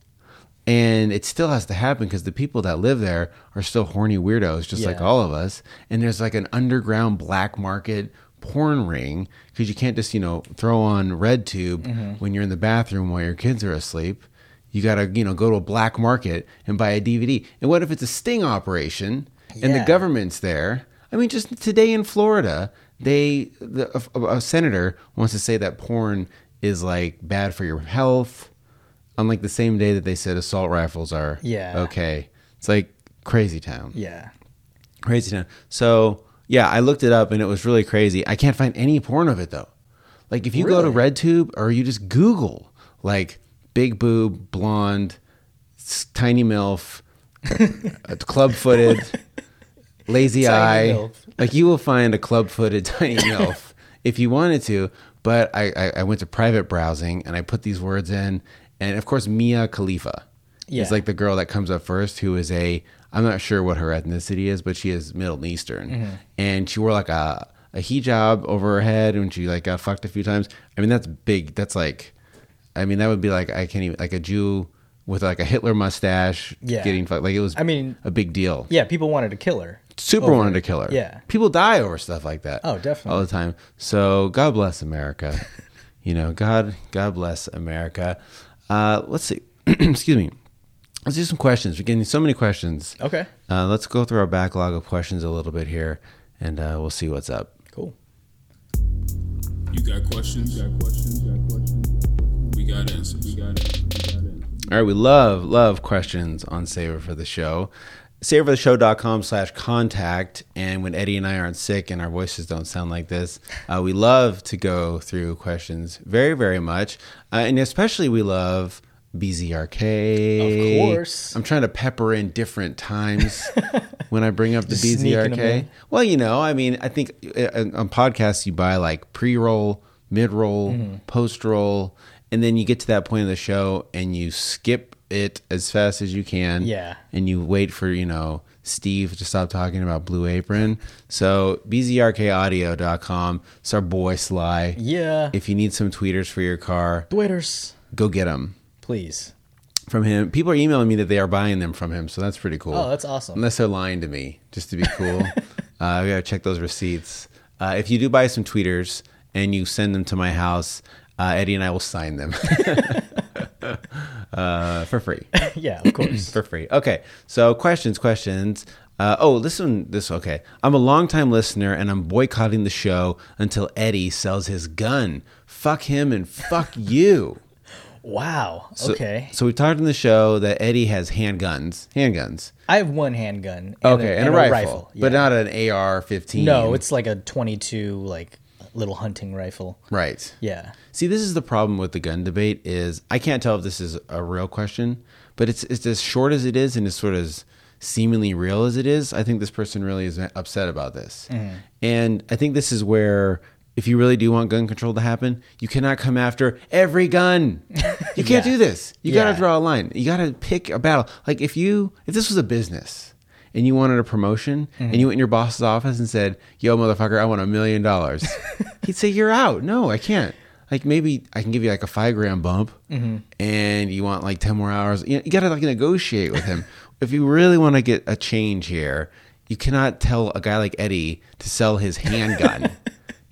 Speaker 1: and it still has to happen because the people that live there are still horny weirdos, just like
Speaker 2: Yeah.
Speaker 1: all of us. And there's like an underground black market porn ring because you can't just you know throw on RedTube
Speaker 2: Mm-hmm.
Speaker 1: when you're in the bathroom while your kids are asleep. You gotta you know go to a black market and buy a DVD. And what if it's a sting operation and the
Speaker 2: Yeah.
Speaker 1: government's there? I mean, just today in Florida, they the, a, a senator wants to say that porn is like bad for your health on like the same day that they said assault rifles are
Speaker 2: Yeah.
Speaker 1: okay. It's like crazy town.
Speaker 2: yeah.
Speaker 1: Crazy town. So yeah, I looked it up and it was really crazy. I can't find any porn of it though. Like if you go to RedTube or you just Google like big boob blonde s- tiny milf uh, club footed lazy eye
Speaker 2: Tiny milf.
Speaker 1: like you will find a club footed tiny milf if you wanted to but I, I i went to private browsing and i put these words in and of course mia khalifa
Speaker 2: Yeah.
Speaker 1: is like the girl that comes up first who is a i'm not sure what her ethnicity is but she is middle eastern
Speaker 2: Mm-hmm.
Speaker 1: and she wore like a a hijab over her head and she like got fucked a few times i mean that's big that's like i mean that would be like i can't even like a jew with like a hitler mustache
Speaker 2: Yeah.
Speaker 1: getting fucked like it was
Speaker 2: I mean-
Speaker 1: a big deal
Speaker 2: Yeah, people wanted to kill her.
Speaker 1: super wanted to kill her.
Speaker 2: Yeah.
Speaker 1: People die over stuff like that.
Speaker 2: Oh, definitely.
Speaker 1: All the time. So God bless America. you know, God God bless America. Uh, let's see. Excuse me. Let's do some questions. We're getting so many questions.
Speaker 2: Okay.
Speaker 1: Uh, let's go through our backlog of questions a little bit here, and uh, we'll see what's up.
Speaker 2: Cool.
Speaker 3: You got questions? got questions? got questions? We got answers. We got answers. We got answers.
Speaker 1: All right, we love, love questions on Saver for the Show. SaverForTheShow.com slash contact. And when Eddie and I aren't sick and our voices don't sound like this, uh, we love to go through questions very, very much. Uh, and especially we love BZRK.
Speaker 2: Of course.
Speaker 1: I'm trying to pepper in different times when I bring up the
Speaker 2: Just sneaking 'em
Speaker 1: BZRK.
Speaker 2: in.
Speaker 1: Well, you know, I mean, I think uh, on podcasts you buy like pre roll, mid roll,
Speaker 2: Mm-hmm.
Speaker 1: post roll, and then you get to that point of the show and you skip it as fast as you can.
Speaker 2: Yeah.
Speaker 1: And you wait for, you know, Steve to stop talking about Blue Apron. So, bzrkaudio.com. It's our boy Sly.
Speaker 2: Yeah.
Speaker 1: If you need some tweeters for your car,
Speaker 2: Twitters,
Speaker 1: go get them
Speaker 2: please.
Speaker 1: from him. People are emailing me that they are buying them from him, so that's pretty cool.
Speaker 2: Oh, that's awesome.
Speaker 1: Unless they're lying to me, just to be cool. uh, we gotta check those receipts. Uh, if you do buy some tweeters and you send them to my house, uh, Eddie and I will sign them uh, for free.
Speaker 2: yeah, of course.
Speaker 1: For free. Okay. So questions, questions. Uh, oh, this one, this okay. I'm a longtime listener, and I'm boycotting the show until Eddie sells his gun. Fuck him and fuck you.
Speaker 2: wow.
Speaker 1: So-
Speaker 2: okay.
Speaker 1: So we talked in the show that Eddie has handguns, handguns.
Speaker 2: I have one handgun. And
Speaker 1: Okay, and, a, rifle, but
Speaker 2: yeah.
Speaker 1: not an AR-15.
Speaker 2: no, it's like a 22, like little hunting rifle.
Speaker 1: right.
Speaker 2: Yeah.
Speaker 1: See, this is the problem with the gun debate is I can't tell if this is a real question, but it's it's as short as it is and as sort of as seemingly real as it is. I think this person really is upset about this,
Speaker 2: Mm-hmm.
Speaker 1: and I think this is where. If you really do want gun control to happen, you cannot come after every gun. You can't
Speaker 2: Yeah.
Speaker 1: do this. You got
Speaker 2: Yeah.
Speaker 1: to draw a line. You got to pick a battle. Like if you if this was a business and you wanted a promotion and you went in your boss's office and said, "Yo, motherfucker, I want a million dollars," he'd say, "You're out. No, I can't." Like maybe I can give you like a five grand bump, and you want like ten more hours. You, know, you got to like negotiate with him if you really want to get a change here. You cannot tell a guy like Eddie to sell his handgun.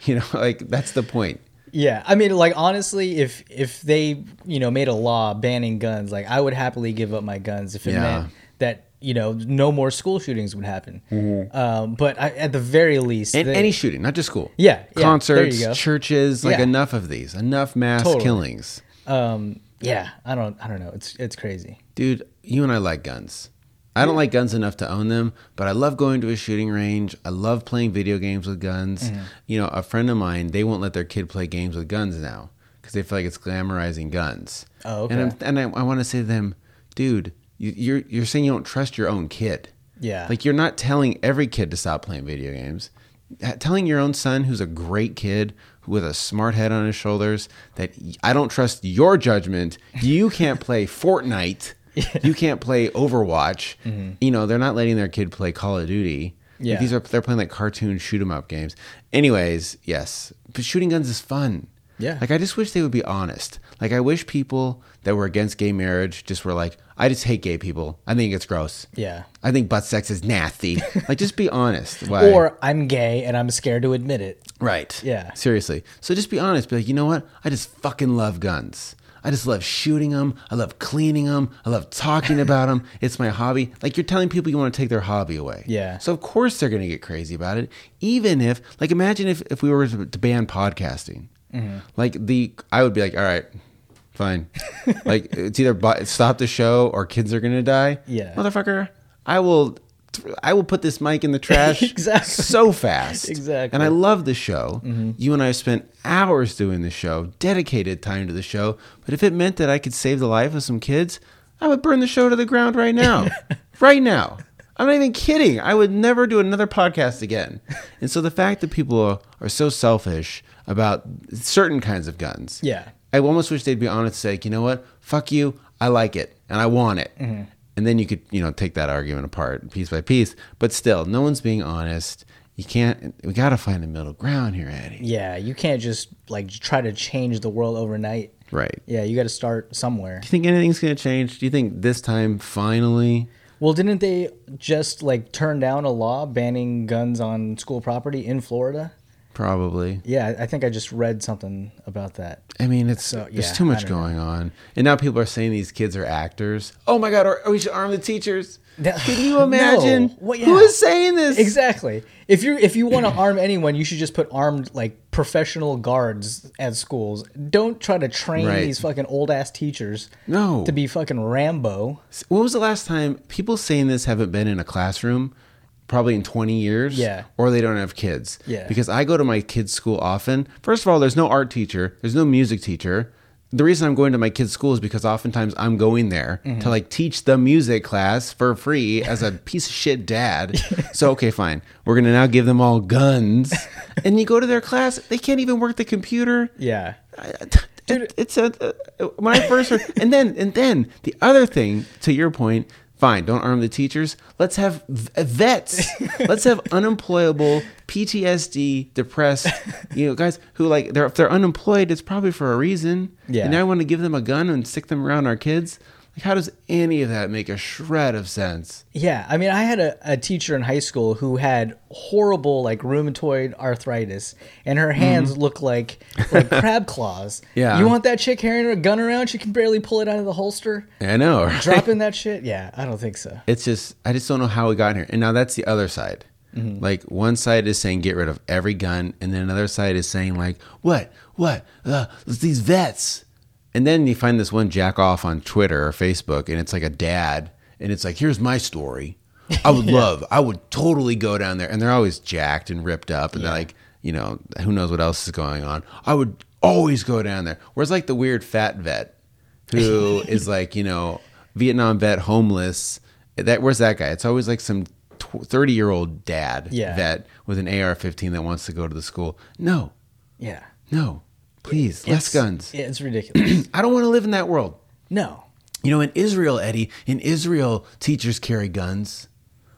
Speaker 1: you know, like that's the point.
Speaker 2: Yeah, I mean, like honestly, if if they you know made a law banning guns, like I would happily give up my guns if it
Speaker 1: Yeah.
Speaker 2: meant that you know no more school shootings would happen. Um, but I, at the very least,
Speaker 1: Mm-hmm. And
Speaker 2: they-
Speaker 1: any shooting, not just school.
Speaker 2: Yeah, yeah, there
Speaker 1: Concerts,
Speaker 2: you go.
Speaker 1: churches, like
Speaker 2: Yeah.
Speaker 1: enough of these, enough mass
Speaker 2: Totally.
Speaker 1: killings.
Speaker 2: um, yeah, I don't, I don't know. It's it's crazy.
Speaker 1: Dude, you and I like guns. I don't like guns enough to own them, but I love going to a shooting range. I love playing video games with guns.
Speaker 2: Mm-hmm.
Speaker 1: You know, a friend of mine, they won't let their kid play games with guns now because they feel like it's glamorizing guns.
Speaker 2: Oh,
Speaker 1: And, I'm,
Speaker 2: okay.
Speaker 1: and I, I want to say to them, dude, you, you're you're saying you don't trust your own kid.
Speaker 2: Yeah.
Speaker 1: Like you're not telling every kid to stop playing video games. Uh, Telling your own son, who's a great kid with a smart head on his shoulders, that y- I don't trust your judgment. You can't play Fortnite. You can't play Overwatch. You know they're not letting their kid play Call of Duty. Like,
Speaker 2: Mm-hmm. Yeah.
Speaker 1: these are they're playing like cartoon shoot 'em up games. Anyways, yes, but shooting guns is fun.
Speaker 2: Yeah.
Speaker 1: Like I just wish they would be honest. Like I wish people that were against gay marriage just were like, I just hate gay people. I think it's gross.
Speaker 2: Yeah.
Speaker 1: I think butt sex is nasty. like just be honest. Why?
Speaker 2: Or I'm gay and I'm scared to admit it.
Speaker 1: right.
Speaker 2: Yeah.
Speaker 1: Seriously. So just be honest. Be like, you know what? I just fucking love guns. I just love shooting them. I love cleaning them. I love talking about them. It's my hobby. Like you're telling people you want to take their hobby away.
Speaker 2: Yeah.
Speaker 1: So of course they're going to get crazy about it. Even if, like, imagine if, if we were to to ban podcasting,
Speaker 2: Mm-hmm.
Speaker 1: like the, I would be like, all right, fine. like it's either bu- stop the show or kids are going to die.
Speaker 2: Yeah.
Speaker 1: Motherfucker, I will, I will put this mic in the trash
Speaker 2: Exactly.
Speaker 1: so fast.
Speaker 2: Exactly.
Speaker 1: And I love the show. You and I have spent hours doing the show, dedicated time to the show. But if it meant that I could save the life of some kids, I would burn the show to the ground right now. right now. I'm not even kidding. I would never do another podcast again. And so the fact that people are, are so selfish about certain kinds of guns.
Speaker 2: Yeah.
Speaker 1: I almost wish they'd be honest and say, like, you know what? Fuck you. I like it and I want it.
Speaker 2: Mm-hmm.
Speaker 1: And then you could, you know, take that argument apart piece by piece. But still, no one's being honest. You can't, we got to find a middle ground here, Eddie.
Speaker 2: Yeah, you can't just like try to change the world overnight.
Speaker 1: Right. Do
Speaker 2: Yeah, you got to start somewhere.
Speaker 1: you think anything's going to change? Do you think this time, finally?
Speaker 2: Well, didn't they just like turn down a law banning guns on school property in Florida?
Speaker 1: Probably.
Speaker 2: Yeah, I think I just read something about that.
Speaker 1: I mean, it's
Speaker 2: So,
Speaker 1: there's
Speaker 2: yeah,
Speaker 1: too
Speaker 2: I
Speaker 1: much
Speaker 2: don't know.
Speaker 1: going on, and now people are saying these kids are actors. Oh my god, or, or we should arm the teachers.
Speaker 2: That-
Speaker 1: Can you
Speaker 2: No.
Speaker 1: imagine
Speaker 2: What-
Speaker 1: who
Speaker 2: yeah.
Speaker 1: is saying this?
Speaker 2: Exactly. If you if you want to arm anyone, you should just put armed like professional guards at schools. Don't try to train
Speaker 1: Right.
Speaker 2: these fucking old ass teachers
Speaker 1: No.
Speaker 2: to be fucking Rambo.
Speaker 1: When was the last time people saying this haven't been in a classroom? Probably in 20 years.
Speaker 2: Yeah.
Speaker 1: Or they don't have kids.
Speaker 2: Yeah.
Speaker 1: Because I go to my kids' school often. First of all, there's no art teacher, there's no music teacher. the reason I'm going to my kids' school is because oftentimes I'm going there
Speaker 2: Mm-hmm.
Speaker 1: to like teach the music class for free as a piece of shit dad. so okay, fine. We're gonna now give them all guns, and you go to their class. They can't even work the computer.
Speaker 2: Yeah.
Speaker 1: I- I- it- it's a uh, when I first heard, and then and then the other thing to your point. Fine, don't arm the teachers. Let's have v- vets. Let's have unemployable, PTSD, depressed, you know, guys who like they're if they're unemployed, it's probably for a reason.
Speaker 2: Yeah.
Speaker 1: And now I want to give them a gun and stick them around our kids. Like, how does any of that make a shred of sense?
Speaker 2: Yeah, I mean, I had a, a teacher in high school who had horrible like rheumatoid arthritis, and her hands looked like like crab claws.
Speaker 1: Mm-hmm. Yeah.
Speaker 2: you want that chick carrying a gun around? She can barely pull it out of the holster.
Speaker 1: I know. right?
Speaker 2: Dropping that shit? Yeah, I don't think so.
Speaker 1: it's just I just don't know how we got here. And now that's the other side. Like one side is saying get rid of every gun, and then another side is saying like what what uh, it's these vets. And then you find this one jack off on Twitter or Facebook, and it's like a dad, and it's like here's my story. I would love, I would totally go down there, and they're always jacked and ripped up, and they're like you know who knows what else is going on. I would always go down there. Whereas like the weird fat vet who is like you know Vietnam vet homeless. That where's that guy? It's always like some thirty year old dad
Speaker 2: Yeah.
Speaker 1: vet with an AR fifteen that wants to go to the school. No,
Speaker 2: Yeah,
Speaker 1: no, please less
Speaker 2: It's-
Speaker 1: guns.
Speaker 2: It's ridiculous.
Speaker 1: I don't want to live in that world.
Speaker 2: no,
Speaker 1: You know, in Israel, Eddie, in Israel, teachers carry guns.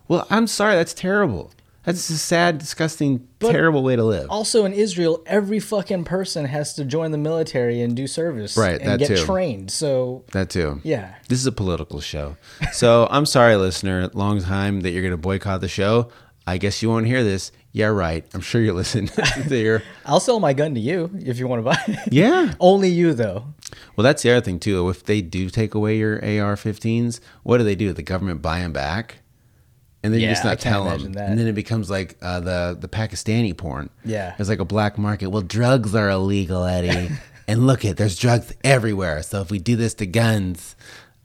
Speaker 1: Well, I'm sorry, that's terrible. That's a sad, disgusting, terrible way to live.
Speaker 2: also in Israel, every fucking person has to join the military and do service,
Speaker 1: Right,
Speaker 2: And
Speaker 1: that
Speaker 2: get
Speaker 1: too.
Speaker 2: trained. So
Speaker 1: That too.
Speaker 2: Yeah.
Speaker 1: This is a political show. So I'm sorry, listener. Long time that you're going to boycott the show. I guess you won't hear this. Yeah, right. I'm sure you listen to your.
Speaker 2: I'll sell my gun to you if you want to buy. it.
Speaker 1: Yeah.
Speaker 2: Only you though.
Speaker 1: Well, that's the other thing, too. If they do take away your AR 15s, what do they do? The government buy them back? And then you
Speaker 2: Yeah,
Speaker 1: just
Speaker 2: I
Speaker 1: not
Speaker 2: can't
Speaker 1: tell
Speaker 2: imagine
Speaker 1: them.
Speaker 2: that.
Speaker 1: And then it becomes like uh, the, the Pakistani porn.
Speaker 2: Yeah.
Speaker 1: It's like a black market. Well, drugs are illegal, Eddie. and look at there's drugs everywhere. So if we do this to guns,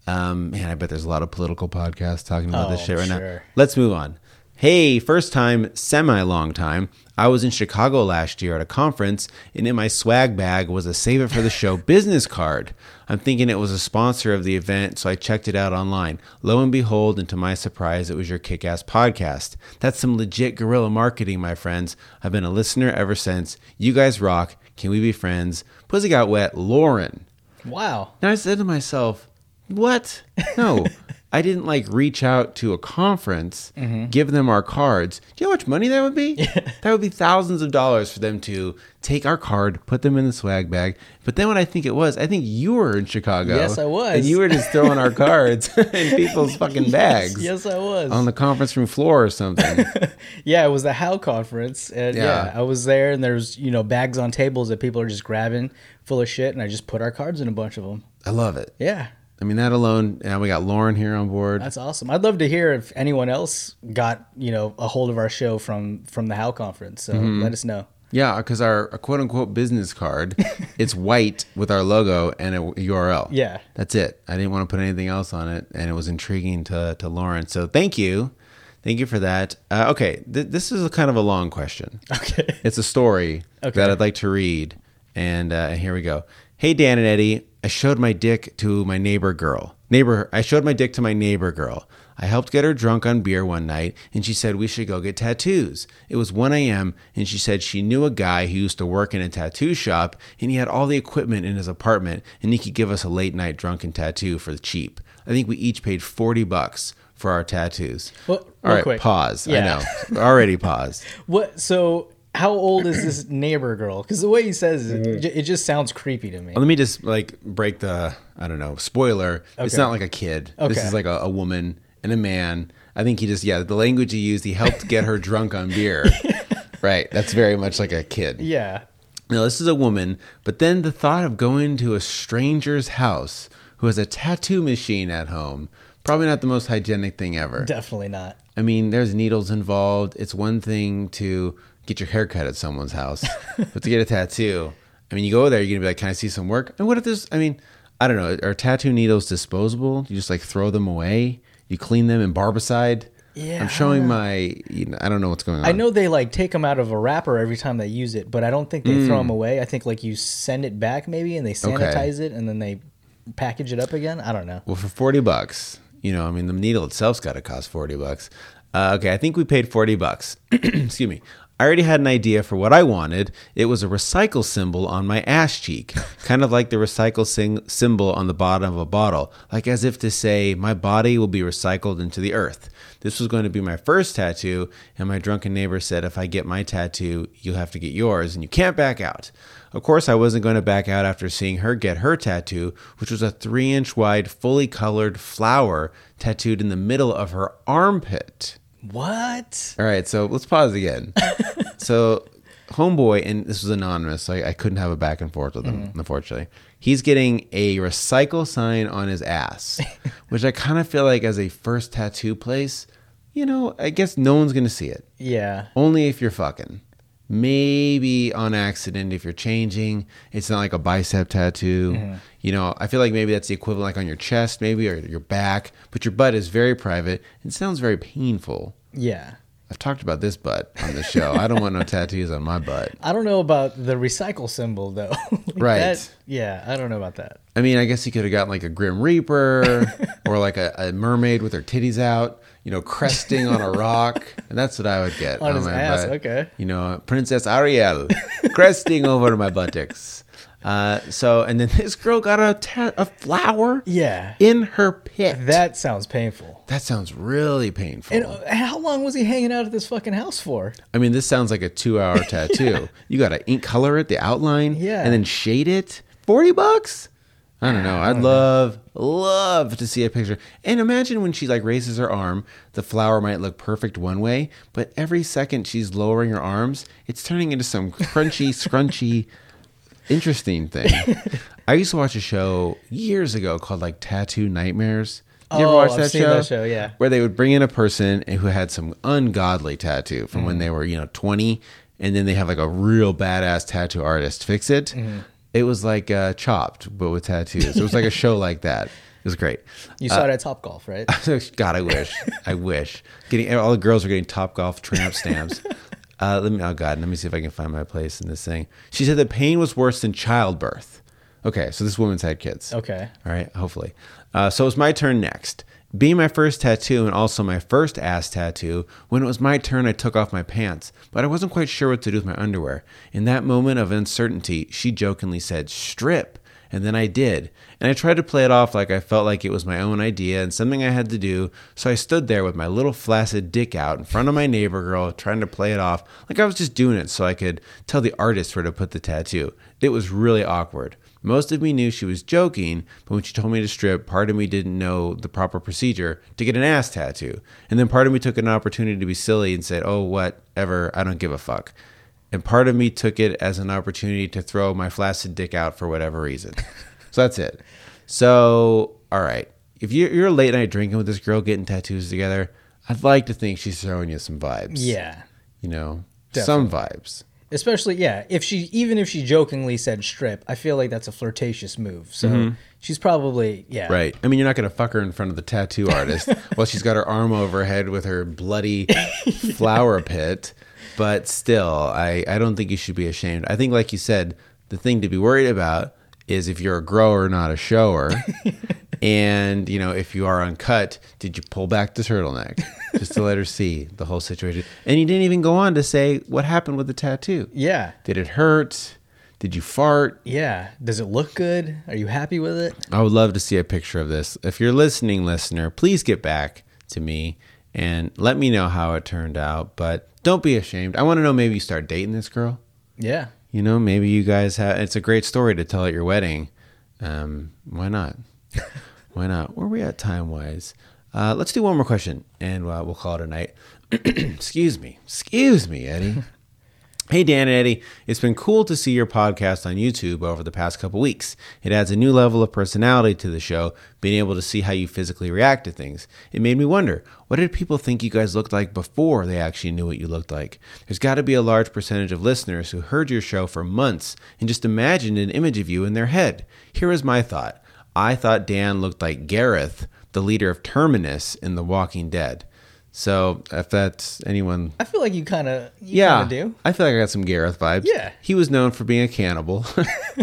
Speaker 1: um, man, I bet there's a lot of political podcasts talking about this
Speaker 2: Oh,
Speaker 1: shit right now.
Speaker 2: sure.
Speaker 1: Let's move on. Hey, first time, semi long time. I was in Chicago last year at a conference, and in my swag bag was a Save It for the Show business card. I'm thinking it was a sponsor of the event, so I checked it out online. Lo and behold, and to my surprise, it was your kick ass podcast. That's some legit guerrilla marketing, my friends. I've been a listener ever since. You guys rock. Can we be friends? Pussy got wet, Lauren.
Speaker 2: Wow.
Speaker 1: And I said to myself, what? No. I didn't like reach out to a conference,
Speaker 2: Mm-hmm.
Speaker 1: give them our cards. Do you know how much money that would be? that would be thousands of dollars for them to take our card, put them in the swag bag. But then what I think it was, I think you were in Chicago.
Speaker 2: Yes, I was.
Speaker 1: And you were just throwing our cards in people's fucking bags
Speaker 2: Yes, I was.
Speaker 1: on the conference room floor or something.
Speaker 2: Yeah, it was the How conference, and yeah.
Speaker 1: Yeah.
Speaker 2: I was there, and there's you know bags on tables that people are just grabbing full of shit, and I just put our cards in a bunch of them.
Speaker 1: I love it.
Speaker 2: Yeah,
Speaker 1: I mean, that alone. Now we got Lauren here on board.
Speaker 2: that's awesome. I'd love to hear if anyone else got you know a hold of our show from from the How conference. So
Speaker 1: Mm-hmm.
Speaker 2: let us know.
Speaker 1: Yeah, because our quote unquote business card, it's white with our logo and a URL.
Speaker 2: Yeah.
Speaker 1: That's it. I didn't want to put anything else on it, and it was intriguing to, to Lauren. So thank you. Thank you for that. Uh, okay, th- this is a kind of a long question.
Speaker 2: Okay.
Speaker 1: It's a story
Speaker 2: Okay.
Speaker 1: that I'd like to read. And uh, here we go. Hey, Dan and Eddie, I showed my dick to my neighbor girl. Neighbor, I showed my dick to my neighbor girl. I helped get her drunk on beer one night, and she said we should go get tattoos. It was 1 a.m., and she said she knew a guy who used to work in a tattoo shop, and he had all the equipment in his apartment, and he could give us a late night drunken tattoo for cheap. I think we each paid 40 bucks for our tattoos.
Speaker 2: Well,
Speaker 1: all
Speaker 2: real
Speaker 1: right,
Speaker 2: quick.
Speaker 1: pause.
Speaker 2: Yeah.
Speaker 1: I know. Already paused.
Speaker 2: What? So how old is this neighbor girl? Because the way he says it,
Speaker 1: Mm-hmm.
Speaker 2: it ju- it just sounds creepy to me.
Speaker 1: Let me just like break the I don't know spoiler. It's
Speaker 2: Okay.
Speaker 1: not like a kid. This
Speaker 2: Okay.
Speaker 1: is like a, a woman and a man. I think he just yeah the language he used. He helped get her drunk on beer. right. That's very much like a kid.
Speaker 2: Yeah.
Speaker 1: Now this is a woman, but then the thought of going to a stranger's house who has a tattoo machine at home probably not the most hygienic thing ever.
Speaker 2: Definitely not.
Speaker 1: I mean, there's needles involved. It's one thing to get your hair cut at someone's house, but to get a tattoo, I mean, you go there, you're gonna be like, "Can I see some work?" And what if there's? I mean, I don't know. Are tattoo needles disposable? You just like throw them away? You clean them in barbicide?
Speaker 2: Yeah, I
Speaker 1: I'm
Speaker 2: don't
Speaker 1: showing my. You know, I don't know what's going on.
Speaker 2: I know they like take them out of a wrapper every time they use it, but I don't think they throw 'em throw them away. I think like you send it back maybe, and they sanitize it, and then they package it up again. I don't know.
Speaker 1: Well, for forty bucks, you know, I mean, the needle itself's got to cost forty bucks. Uh, okay, I think we paid forty bucks. Excuse me. I already had an idea for what I wanted. It was a recycle symbol on my ass cheek, kind of like the recycle sing- symbol on the bottom of a bottle, like as if to say, "My body will be recycled into the earth." This was going to be my first tattoo, and my drunken neighbor said, "If I get my tattoo, you'll have to get yours, and you can't back out." Of course, I wasn't going to back out after seeing her get her tattoo, which was a three inch wide, fully colored flower tattooed in the middle of her armpit.
Speaker 2: What?
Speaker 1: All right, so let's pause again. so, homeboy, and this was anonymous, so I, I couldn't have a back and forth with him, unfortunately. He's getting a recycle sign on his ass, which I kind of feel like as a first tattoo place, you know, I guess no one's going to see it.
Speaker 2: Yeah.
Speaker 1: Only if you're fucking. Maybe on accident if you're changing. It's not like a bicep tattoo. You know, I feel like maybe that's the equivalent like on your chest, maybe or your back, but your butt is very private and sounds very painful.
Speaker 2: Yeah.
Speaker 1: I've talked about this butt on the show. I don't want no tattoos on my butt.
Speaker 2: I don't know about the recycle symbol though. Like
Speaker 1: Right.
Speaker 2: that- yeah, I don't know about that.
Speaker 1: I mean, I guess you could have gotten like a Grim Reaper or like a, a mermaid with her titties out, you know, cresting on a rock. And that's what I would get
Speaker 2: On his ass, okay.
Speaker 1: You know, Princess Ariel cresting over my buttocks. Uh, so, and then this girl got a, ta- a flower
Speaker 2: Yeah.
Speaker 1: in her pit.
Speaker 2: That sounds painful.
Speaker 1: that sounds really painful.
Speaker 2: And uh, how long was he hanging out at this fucking house for?
Speaker 1: I mean, this sounds like a two hour tattoo. You got to ink color it, the outline,
Speaker 2: Yeah.
Speaker 1: and then shade it. 40 bucks? I don't know. I'd love, love to see a picture. And imagine when she like raises her arm, the flower might look perfect one way, but every second she's lowering her arms, it's turning into some crunchy, scrunchy, interesting thing. I used to watch a show years ago called like Tattoo Nightmares. You
Speaker 2: Oh, I've seen that show, yeah.
Speaker 1: where they would bring in a person who had some ungodly tattoo from
Speaker 2: Mm.
Speaker 1: when they were you know 20 and then they have like a real badass tattoo artist fix it
Speaker 2: Mm.
Speaker 1: it was like uh, chopped but with tattoos it was like a show like that it was great
Speaker 2: You saw it at Top Golf, right?
Speaker 1: god i wish i wish getting all the girls are getting top golf tramp stamps uh, let me oh god let me see if i can find my place in this thing she said the pain was worse than childbirth okay so this woman's had kids
Speaker 2: Okay.
Speaker 1: all right, hopefully. Uh, so it's my turn next. Being my first tattoo and also my first ass tattoo, when it was my turn, I took off my pants, but I wasn't quite sure what to do with my underwear. In that moment of uncertainty, she jokingly said, strip. And then I did. And I tried to play it off like I felt like it was my own idea and something I had to do. So I stood there with my little flaccid dick out in front of my neighbor girl, trying to play it off like I was just doing it so I could tell the artist where to put the tattoo. It was really awkward. Most of me knew she was joking, but when she told me to strip, part of me didn't know the proper procedure to get an ass tattoo. And then part of me took an opportunity to be silly and said, oh, whatever, I don't give a fuck. And part of me took it as an opportunity to throw my flaccid dick out for whatever reason. so that's it. So, all right. If you're, you're late night drinking with this girl, getting tattoos together, I'd like to think she's throwing you some vibes.
Speaker 2: Yeah.
Speaker 1: You know, some
Speaker 2: Definitely.
Speaker 1: vibes.
Speaker 2: Especially, yeah, if she even if she jokingly said strip, I feel like that's a flirtatious move. So she's probably yeah.
Speaker 1: Right. I mean, you're not going to fuck her in front of the tattoo artist while she's got her arm overhead with her bloody flower pit. But still, I, I don't think you should be ashamed. I think, like you said, the thing to be worried about is if you're a grower, not a shower. and, you know, if you are uncut, did you pull back the turtleneck just to let her see the whole situation? And you didn't even go on to say what happened with the tattoo.
Speaker 2: Yeah.
Speaker 1: Did it hurt? Did you fart?
Speaker 2: Yeah. Does it look good? Are you happy with it?
Speaker 1: I would love to see a picture of this. If you're listening, listener, please get back to me and let me know how it turned out. But don't be ashamed. I want to know maybe you start dating this girl.
Speaker 2: Yeah.
Speaker 1: You know, maybe you guys have. It's a great story to tell at your wedding. Um, why not? why not? Where are we at time wise? Uh, let's do one more question and uh, we'll call it a night. Excuse me. Excuse me, Eddie. Hey Dan and Eddie, it's been cool to see your podcast on YouTube over the past couple weeks. It adds a new level of personality to the show, being able to see how you physically react to things. It made me wonder, what did people think you guys looked like before they actually knew what you looked like? There's got to be a large percentage of listeners who heard your show for months and just imagined an image of you in their head. Here is my thought. I thought Dan looked like Gareth, the leader of Terminus in The Walking Dead. So if that's anyone,
Speaker 2: I feel like you kind of
Speaker 1: yeah,
Speaker 2: do
Speaker 1: I feel like I got some Gareth vibes.
Speaker 2: Yeah.
Speaker 1: he was known for being a cannibal,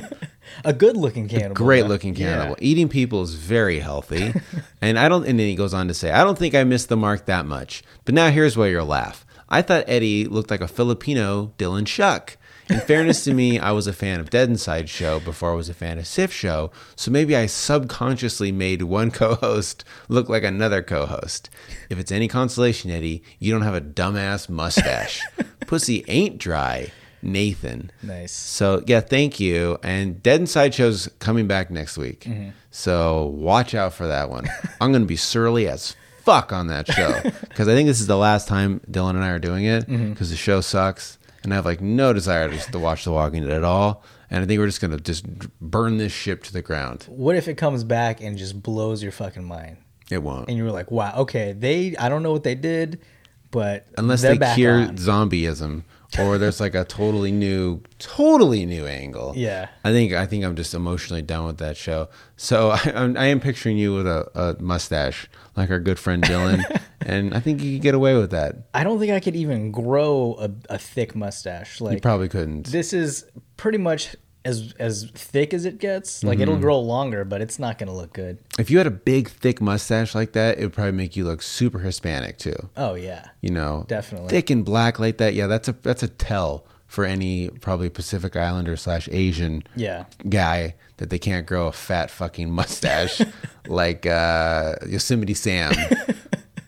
Speaker 2: a good looking cannibal.
Speaker 1: great
Speaker 2: though.
Speaker 1: looking
Speaker 2: Yeah.
Speaker 1: cannibal. Eating people is very healthy, and I don't. And then he goes on to say, I don't think I missed the mark that much. But now here's where you'll laugh. I thought Eddie looked like a Filipino Dylan Shuck. In fairness to me, I was a fan of Dead Inside Show before I was a fan of Sif Show, so maybe I subconsciously made one co-host look like another co-host. If it's any consolation, Eddie, you don't have a dumbass mustache. Pussy ain't dry, Nathan.
Speaker 2: Nice.
Speaker 1: So yeah, thank you. And Dead and Sideshow's coming back next week. So watch out for that one. I'm gonna be surly as fuck on that show. Because I think this is the last time Dylan and I are doing it because the show sucks. And I have like no desire to, to watch The Walking Dead at all. And I think we're just gonna just burn this ship to the ground.
Speaker 2: What if it comes back and just blows your fucking mind?
Speaker 1: It won't.
Speaker 2: And you were like, wow, okay, they, I don't know what they did, but
Speaker 1: Unless
Speaker 2: they're
Speaker 1: they
Speaker 2: back
Speaker 1: cure
Speaker 2: on.
Speaker 1: zombieism or there's like a totally new totally new angle.
Speaker 2: Yeah.
Speaker 1: I think I think I'm just emotionally done with that show. So I, I'm, I am picturing you with a, a mustache, like our good friend Dylan, and I think you could get away with that.
Speaker 2: I don't think I could even grow a, a thick mustache. Like,
Speaker 1: You probably couldn't.
Speaker 2: this is pretty much as as thick as it gets. Like,
Speaker 1: Mm-hmm.
Speaker 2: it'll grow longer, but it's not going to look good.
Speaker 1: If you had a big, thick mustache like that, it would probably make you look super Hispanic too.
Speaker 2: Oh, yeah.
Speaker 1: You know,
Speaker 2: Definitely.
Speaker 1: thick and black like that. Yeah, that's a that's a tell for any probably Pacific Islander slash Asian
Speaker 2: Yeah.
Speaker 1: guy that they can't grow a fat fucking mustache like uh, Yosemite Sam,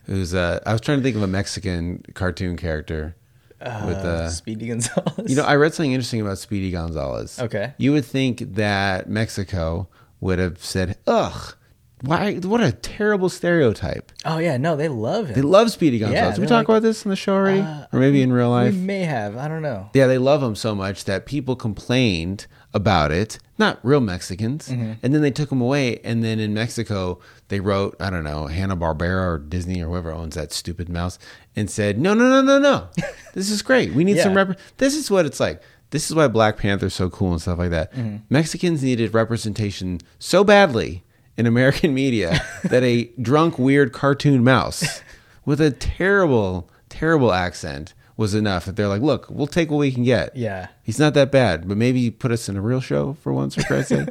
Speaker 1: who's uh, I was trying to think of a Mexican cartoon character with uh,
Speaker 2: Speedy Gonzalez.
Speaker 1: you know I read something interesting about Speedy Gonzalez.
Speaker 2: Okay.
Speaker 1: you would think that Mexico would have said, "Ugh, why? What a terrible stereotype."
Speaker 2: oh, yeah. No, they love him.
Speaker 1: They love Speedy Gonzalez. Did we
Speaker 2: they're
Speaker 1: talk
Speaker 2: like, uh,
Speaker 1: about this in the show already, or maybe in real life?
Speaker 2: we may have. I don't know.
Speaker 1: Yeah, they love him so much that people complained about it, not real Mexicans. And then they took him away. And then in Mexico, they wrote, I don't know, Hanna-Barbera or Disney or whoever owns that stupid mouse and said, no, no, no, no, no. this is great. We need some
Speaker 2: Yeah.
Speaker 1: rep. This is what it's like. This is why Black Panther's so cool and stuff like that. Mexicans needed representation so badly in American media that a drunk, weird cartoon mouse with a terrible, terrible accent was enough that they're like, look, we'll take what we can get.
Speaker 2: Yeah.
Speaker 1: He's not that bad, but maybe put us in a real show for once, for Christ's sake.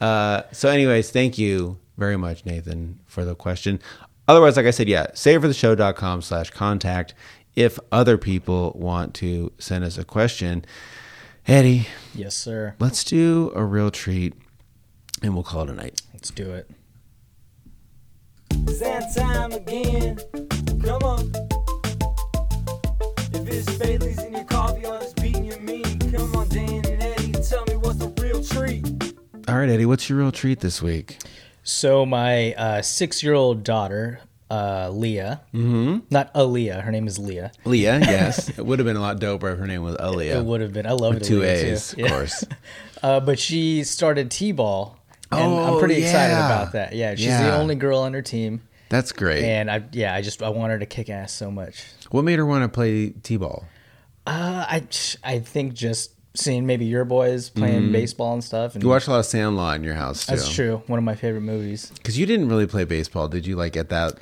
Speaker 1: Uh, so, anyways, thank you very much, Nathan, for the question. Otherwise, like I said, yeah, savefortheshow.com slash contact if other people want to send us a question. Eddie,
Speaker 2: Yes, sir.
Speaker 1: let's do a real treat and we'll call it a night.
Speaker 2: Let's do it.
Speaker 4: It's that time again. Come on. If it's Bailey's in your coffee or it's beating your meat, come on, Dan and Eddie, tell me what's the real treat.
Speaker 1: All right, Eddie, what's your real treat this week?
Speaker 2: So my uh, six-year-old daughter, uh, Leah, mm-hmm. not Aaliyah. Her name is Leah.
Speaker 1: Leah, yes. it would have been a lot doper if her name was
Speaker 2: It
Speaker 1: Aaliyah.
Speaker 2: would have been. I love
Speaker 1: Two
Speaker 2: Aaliyah,
Speaker 1: A's,
Speaker 2: too.
Speaker 1: of
Speaker 2: Yeah.
Speaker 1: course.
Speaker 2: Uh, but she started t-ball, and I'm
Speaker 1: Oh,
Speaker 2: pretty excited
Speaker 1: yeah.
Speaker 2: about that. Yeah, she's the
Speaker 1: Yeah.
Speaker 2: only girl on her team,
Speaker 1: That's great.
Speaker 2: and I yeah, I just I want her to kick ass so much.
Speaker 1: What made her want to play T ball?
Speaker 2: Uh, I I think just seeing maybe your boys playing baseball and stuff. And
Speaker 1: You watch a lot of Sandlaw in your house too.
Speaker 2: that's true. One of my favorite movies.
Speaker 1: Because you didn't really play baseball, did you? Like at that,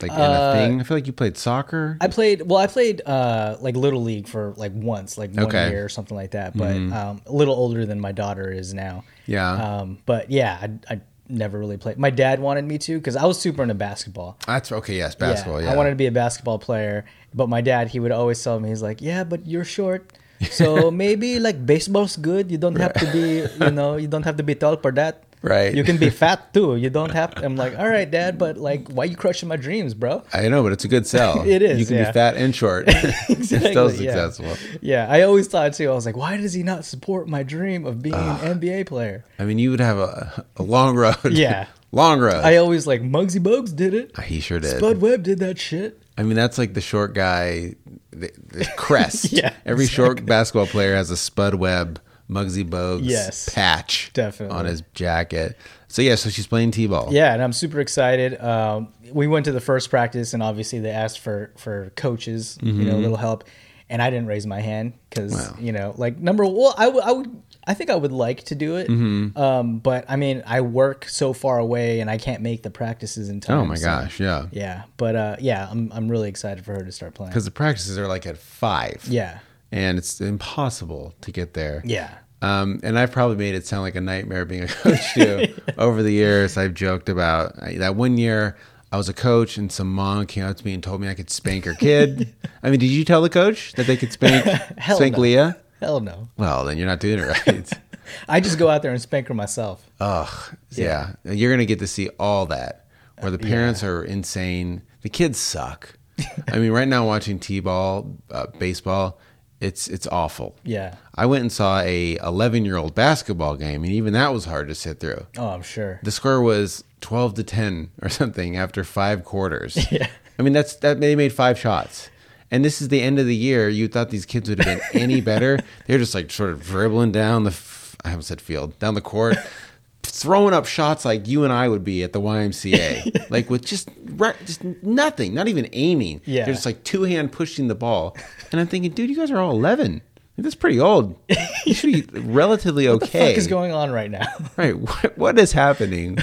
Speaker 1: like in a
Speaker 2: Uh,
Speaker 1: thing. I feel like you played soccer.
Speaker 2: I played well. I played uh, like little league for like once, like one
Speaker 1: Okay. Mm-hmm.
Speaker 2: year or something like that. But um, a little older than my daughter is now.
Speaker 1: yeah,
Speaker 2: Um, but yeah, I, I never really played. My dad wanted me to because I was super into basketball.
Speaker 1: that's okay. Yes, basketball. Yeah,
Speaker 2: I wanted to be a basketball player, but my dad he would always tell me he's like, "Yeah, but you're short." So maybe like baseball's good. You don't have to be, you know, you don't have to be tall for that.
Speaker 1: Right.
Speaker 2: You can be fat too. You don't have. I'm like, all right, dad, but like, why you crushing my dreams, bro?
Speaker 1: I know, but it's a good sell.
Speaker 2: It is,
Speaker 1: You can
Speaker 2: yeah.
Speaker 1: be fat and short. It's still
Speaker 2: Exactly, yeah.
Speaker 1: successful.
Speaker 2: Yeah, I always thought too. I was like, why does he not support my dream of being an NBA player?
Speaker 1: I mean, you would have a, a long road.
Speaker 2: Yeah.
Speaker 1: long road. Ah,
Speaker 2: I always like Muggsy Bogues did it.
Speaker 1: he sure did.
Speaker 2: Spud Webb did that shit.
Speaker 1: I mean, that's like the short guy, the, the crest.
Speaker 2: Yeah,
Speaker 1: Every short basketball player has a Spud Webb, Muggsy Bogues
Speaker 2: Yes.
Speaker 1: patch
Speaker 2: Definitely.
Speaker 1: on his jacket. So, yeah, so she's playing T ball.
Speaker 2: Yeah, and I'm super excited. Um, we went to the first practice, and obviously they asked for for coaches, you know, a little help. and I didn't raise my hand because
Speaker 1: Mm-hmm. Wow.
Speaker 2: you know, like number well, I would, I would, I think I would like to do it,
Speaker 1: Mm-hmm.
Speaker 2: um, but I mean, I work so far away and I can't make the practices in time.
Speaker 1: Oh my
Speaker 2: so-
Speaker 1: gosh, yeah.
Speaker 2: Yeah, but uh, yeah, I'm I'm really excited for her to start playing.
Speaker 1: Because the practices are like at five.
Speaker 2: Yeah,
Speaker 1: And it's impossible to get there.
Speaker 2: yeah,
Speaker 1: Um, and I've probably made it sound like a nightmare being a coach too. Over the years, I've joked about I, that one year I was a coach and some mom came up to me and told me I could spank her kid. I mean, did you tell the coach that they could spank
Speaker 2: Hell
Speaker 1: spank
Speaker 2: no.
Speaker 1: Leah?
Speaker 2: hell no.
Speaker 1: Well, then you're not doing it right.
Speaker 2: I just go out there and spank her myself.
Speaker 1: Ugh. Yeah. You're going to get to see all that where
Speaker 2: Uh,
Speaker 1: the parents are insane. The kids suck. I mean, right now, watching T ball, uh, baseball, it's, it's awful.
Speaker 2: Yeah.
Speaker 1: I went and saw a 11 year old basketball game, and even that was hard to sit through.
Speaker 2: Oh, I'm sure.
Speaker 1: The score was 12 to 10 or something after five quarters. Yeah. I mean, that's that they made five shots. And this is the end of the year. You thought these kids would have been any better. They're just like sort of dribbling down the, f- I haven't said field, down the court, throwing up shots like you and I would be at the YMCA, like with just, right, just nothing, not even aiming.
Speaker 2: Yeah.
Speaker 1: They're just like two hand pushing the ball. And I'm thinking, dude, you guys are all 11. That's pretty old. You should be relatively okay.
Speaker 2: What the fuck is going on right now?
Speaker 1: Right. What, what is happening?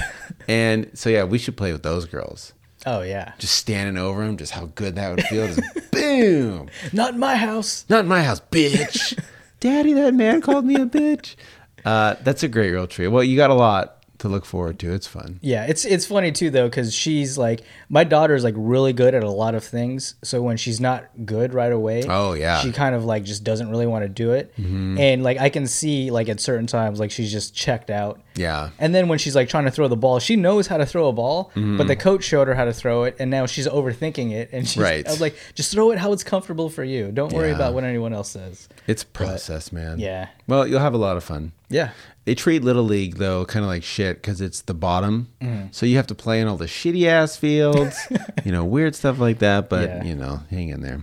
Speaker 1: and so, yeah, we should play with those girls.
Speaker 2: oh yeah,
Speaker 1: Just standing over them, just how good that would feel. Just boom.
Speaker 2: not in my house.
Speaker 1: Not in my house, bitch. Daddy, that man called me a bitch. Uh, that's a great real tree. Well, you got a lot to look forward to. It's fun.
Speaker 2: Yeah, it's it's funny too though because she's like my daughter's like really good at a lot of things. So when she's not good right away,
Speaker 1: Oh, yeah. Mm-hmm.
Speaker 2: she kind of like just doesn't really want to do it. And like I can see like at certain times like she's just checked out.
Speaker 1: Yeah.
Speaker 2: And then when she's like trying to throw the ball, she knows how to throw a ball, but
Speaker 1: Mm-hmm.
Speaker 2: the coach showed her how to throw it, and now she's overthinking it. And she's
Speaker 1: Right.
Speaker 2: I'm like, just throw it how it's comfortable for you. Don't worry
Speaker 1: Yeah.
Speaker 2: about what anyone else says.
Speaker 1: It's a process, man.
Speaker 2: yeah.
Speaker 1: Well, you'll have a lot of fun.
Speaker 2: Yeah.
Speaker 1: They treat Little League though kind of like shit because it's the bottom,
Speaker 2: Mm.
Speaker 1: so you have to play in all the shitty ass fields, you know, weird stuff like that. But
Speaker 2: Yeah.
Speaker 1: you know, hang in there.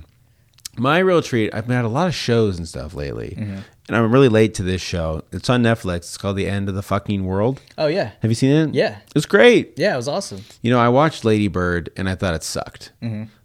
Speaker 1: My real treat. I've been at a lot of shows and stuff lately,
Speaker 2: Mm-hmm.
Speaker 1: and I'm really late to this show. It's on Netflix. It's called The End of the Fucking World.
Speaker 2: Oh yeah.
Speaker 1: Have you seen it?
Speaker 2: Yeah.
Speaker 1: it's great
Speaker 2: Yeah, it was awesome.
Speaker 1: you know, I watched Lady Bird and I thought it sucked.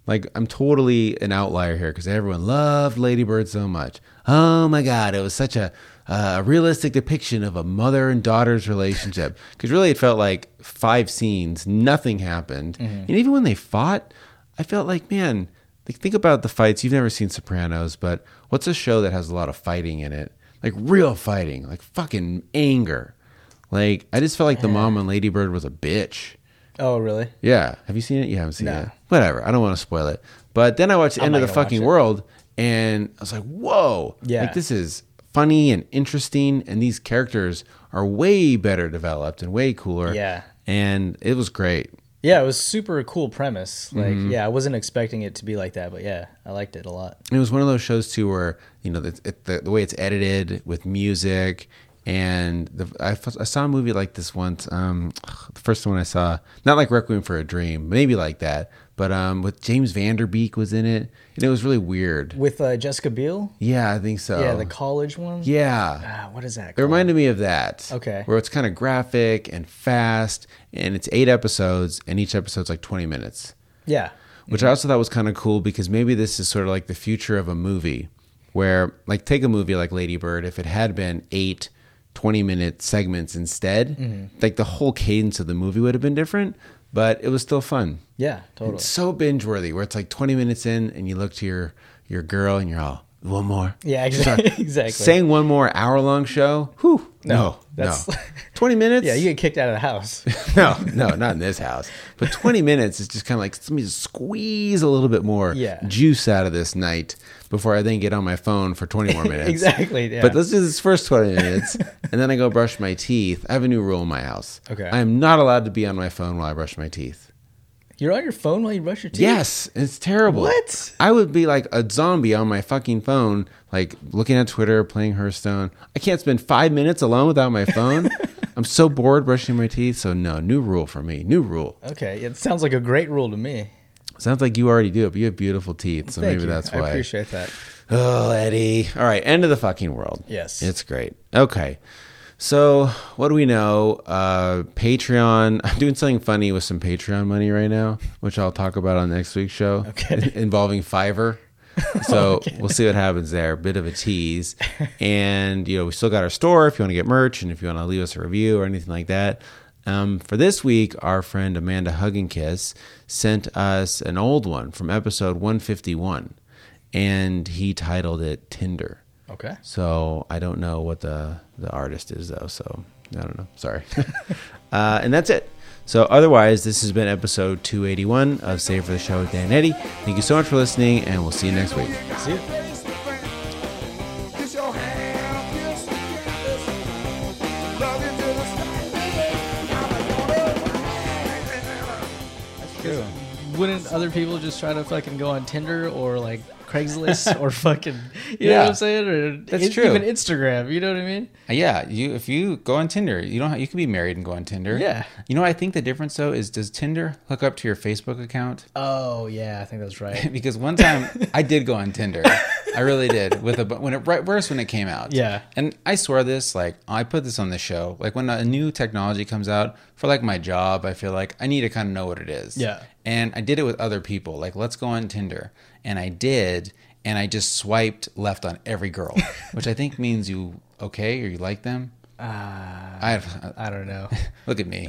Speaker 1: Like, I'm totally an outlier here because everyone loved Lady Bird so much. Oh my God, it was such a uh, realistic depiction of a mother and daughter's relationship. Because really, it felt like five scenes, nothing happened. And even when they fought, I felt like, man, like, think about the fights. You've never seen Sopranos, but what's a show that has a lot of fighting in it? Like, real fighting, like fucking anger. Like, I just felt like the mom and Lady Bird was a bitch.
Speaker 2: Oh really?
Speaker 1: Yeah. Have you seen it? You haven't seen
Speaker 2: No.
Speaker 1: it. Whatever. I don't want to spoil it. But then I watched the
Speaker 2: I'm
Speaker 1: end
Speaker 2: not
Speaker 1: of the
Speaker 2: gonna watch
Speaker 1: fucking
Speaker 2: it.
Speaker 1: world and I was like, whoa.
Speaker 2: Yeah.
Speaker 1: Like this is funny and interesting and these characters are way better developed and way cooler.
Speaker 2: Yeah.
Speaker 1: And it was great.
Speaker 2: Yeah, it was super cool premise. Like,
Speaker 1: Mm-hmm.
Speaker 2: yeah, I wasn't expecting it to be like that, but yeah, I liked it a lot.
Speaker 1: It was one of those shows too where, you know, the, it, the, the way it's edited with music and the, I, f- I saw a movie like this once. Um, the first one I saw, not like Requiem for a Dream, maybe like that, but um, with James Vanderbeek was in it and it was really weird.
Speaker 2: With uh, Jessica Biel,
Speaker 1: Yeah, I think so.
Speaker 2: yeah, the college one.
Speaker 1: Oh. yeah.
Speaker 2: Ah, what is that?
Speaker 1: It
Speaker 2: Called?
Speaker 1: reminded me of that.
Speaker 2: Okay.
Speaker 1: Where it's kind of graphic and fast, and it's eight episodes, and each episode's like 20 minutes,
Speaker 2: yeah, Mm-hmm.
Speaker 1: which I also thought was kind of cool because maybe this is sort of like the future of a movie where, like, take a movie like Lady Bird, if it had been eight 20 minute segments instead,
Speaker 2: Mm-hmm.
Speaker 1: like the whole cadence of the movie would have been different, but it was still fun.
Speaker 2: yeah, totally.
Speaker 1: It's so binge worthy where it's like 20 minutes in and you look to your your girl and you're all one more.
Speaker 2: Yeah,
Speaker 1: Just
Speaker 2: exactly-
Speaker 1: start
Speaker 2: exactly.
Speaker 1: Saying one more hour long show. Whew. No. No.
Speaker 2: that's-
Speaker 1: 20 minutes?
Speaker 2: Yeah, you get kicked out of the house.
Speaker 1: no, no, not in this house. But 20 minutes is just kind of like, let me just squeeze a little bit more
Speaker 2: Yeah.
Speaker 1: juice out of this night before I then get on my phone for 20 more minutes.
Speaker 2: Exactly, yeah.
Speaker 1: But let's do this first 20 minutes and then I go brush my teeth. I have a new rule in my house.
Speaker 2: Okay.
Speaker 1: I am not allowed to be on my phone while I brush my teeth.
Speaker 2: You're on your phone while you brush your teeth.
Speaker 1: Yes, it's terrible.
Speaker 2: What?
Speaker 1: I would be like a zombie on my fucking phone, like looking at Twitter, playing Hearthstone. I can't spend five minutes alone without my phone. I'm so bored brushing my teeth. So no, new rule for me. New rule.
Speaker 2: Okay, it sounds like a great rule to me.
Speaker 1: Sounds like you already do it, but you have beautiful teeth, so
Speaker 2: Thank
Speaker 1: maybe
Speaker 2: you.
Speaker 1: that's why.
Speaker 2: I appreciate that.
Speaker 1: Oh, Eddie. All right, end of the fucking world.
Speaker 2: Yes.
Speaker 1: It's great. Okay. So, what do we know? Uh, Patreon. I'm doing something funny with some Patreon money right now, which I'll talk about on next week's show.
Speaker 2: Okay.
Speaker 1: Involving Fiverr. So we'll see what happens there. Bit of a tease. And, you know, we still got our store if you want to get merch and if you want to leave us a review or anything like that. Um, for this week, our friend Amanda Hugginkiss sent us an old one from episode 151, and he titled it Tinder.
Speaker 2: Okay.
Speaker 1: So I don't know what the the artist is though. So I don't know. Sorry. uh, and that's it. So otherwise, this has been episode 281 of Save for the Show with Dan and Eddie. Thank you so much for listening, and we'll see you next week.
Speaker 2: See ya.
Speaker 5: Kiss your hand, kiss your hand. Love you till the sky, baby. Now I wanna-
Speaker 6: Wouldn't other people just try to fucking go on Tinder or like Craigslist or fucking, you know what
Speaker 1: Yeah.
Speaker 6: I'm saying? Or
Speaker 1: That's
Speaker 6: in-
Speaker 1: true.
Speaker 6: Even Instagram, you know what I mean?
Speaker 7: Uh, Yeah, you if you go on Tinder, you don't you can be married and go on Tinder.
Speaker 6: Yeah.
Speaker 7: You know, I think the difference though is does Tinder hook up to your Facebook account?
Speaker 6: Oh yeah, I think that's right.
Speaker 7: because one time I did go on Tinder. I really did. With a bu- when it right first when it came out.
Speaker 6: Yeah.
Speaker 7: And I swear this like I put this on the show. Like when a new technology comes out for like my job, I feel like I need to kind of know what it is.
Speaker 6: Yeah.
Speaker 7: And I did it with other people. Like let's go on Tinder, and I did, and I just swiped left on every girl, which I think means you okay or you like them.
Speaker 6: Uh.
Speaker 7: Uh, I
Speaker 6: I don't know.
Speaker 7: look at me,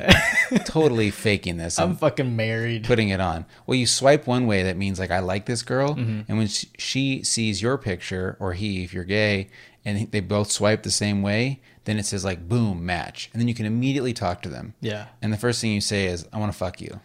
Speaker 7: totally faking this.
Speaker 6: I'm fucking married.
Speaker 7: putting it on. Well, you swipe one way, that means like I like this girl,
Speaker 6: Mm-hmm.
Speaker 7: and when she, she sees your picture or he, if you're gay, and they both swipe the same way, then it says like boom match, and then you can immediately talk to them.
Speaker 6: Yeah.
Speaker 7: And the first thing you say is I want to fuck you,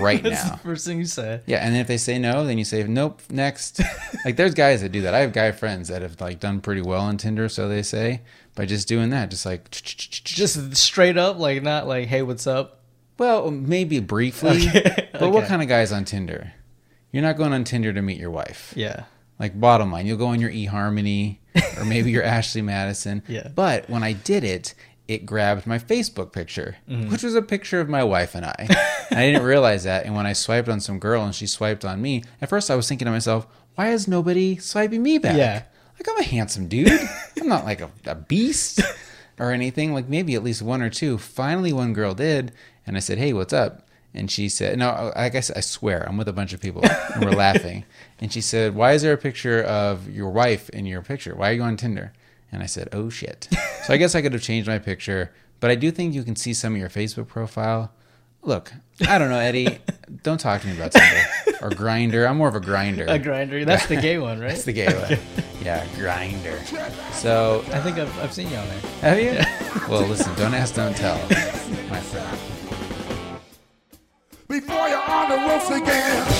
Speaker 7: right
Speaker 6: That's the
Speaker 7: now.
Speaker 6: first thing you say.
Speaker 7: Yeah, and then if they say no, then you say nope, next. like there's guys that do that. I have guy friends that have like done pretty well on Tinder, so they say, by just doing that, just like
Speaker 6: Just straight up, like not like, hey, what's up?
Speaker 7: Well, maybe briefly. But what kind of guys on Tinder? You're not going on Tinder to meet your wife.
Speaker 6: Yeah.
Speaker 7: Like bottom line, you'll go on your eHarmony or maybe your Ashley Madison.
Speaker 6: Yeah.
Speaker 7: But when I did it, it grabbed my Facebook picture,
Speaker 6: Mm-hmm.
Speaker 7: which was a picture of my wife and I. and I didn't realize that. And when I swiped on some girl and she swiped on me, at first I was thinking to myself, why is nobody swiping me back?
Speaker 6: Yeah.
Speaker 7: Like I'm a handsome dude. I'm not like a, a beast or anything. Like maybe at least one or two. Finally, one girl did, and I said, "Hey, what's up?" And she said, "No, I guess I swear I'm with a bunch of people, and we're laughing." And she said, "Why is there a picture of your wife in your picture? Why are you on Tinder?" And I said, "Oh shit." So I guess I could have changed my picture, but I do think you can see some of your Facebook profile. Look, I don't know, Eddie. don't talk to me about Tinder or Grinder. I'm more of a grinder.
Speaker 6: A grinder. That's the gay one, right?
Speaker 7: That's the gay one. Yeah, grinder. So
Speaker 6: I think I've, I've seen you on there.
Speaker 7: have you? well, listen. Don't ask, don't tell, my friend.
Speaker 5: Before you're on the ropes again.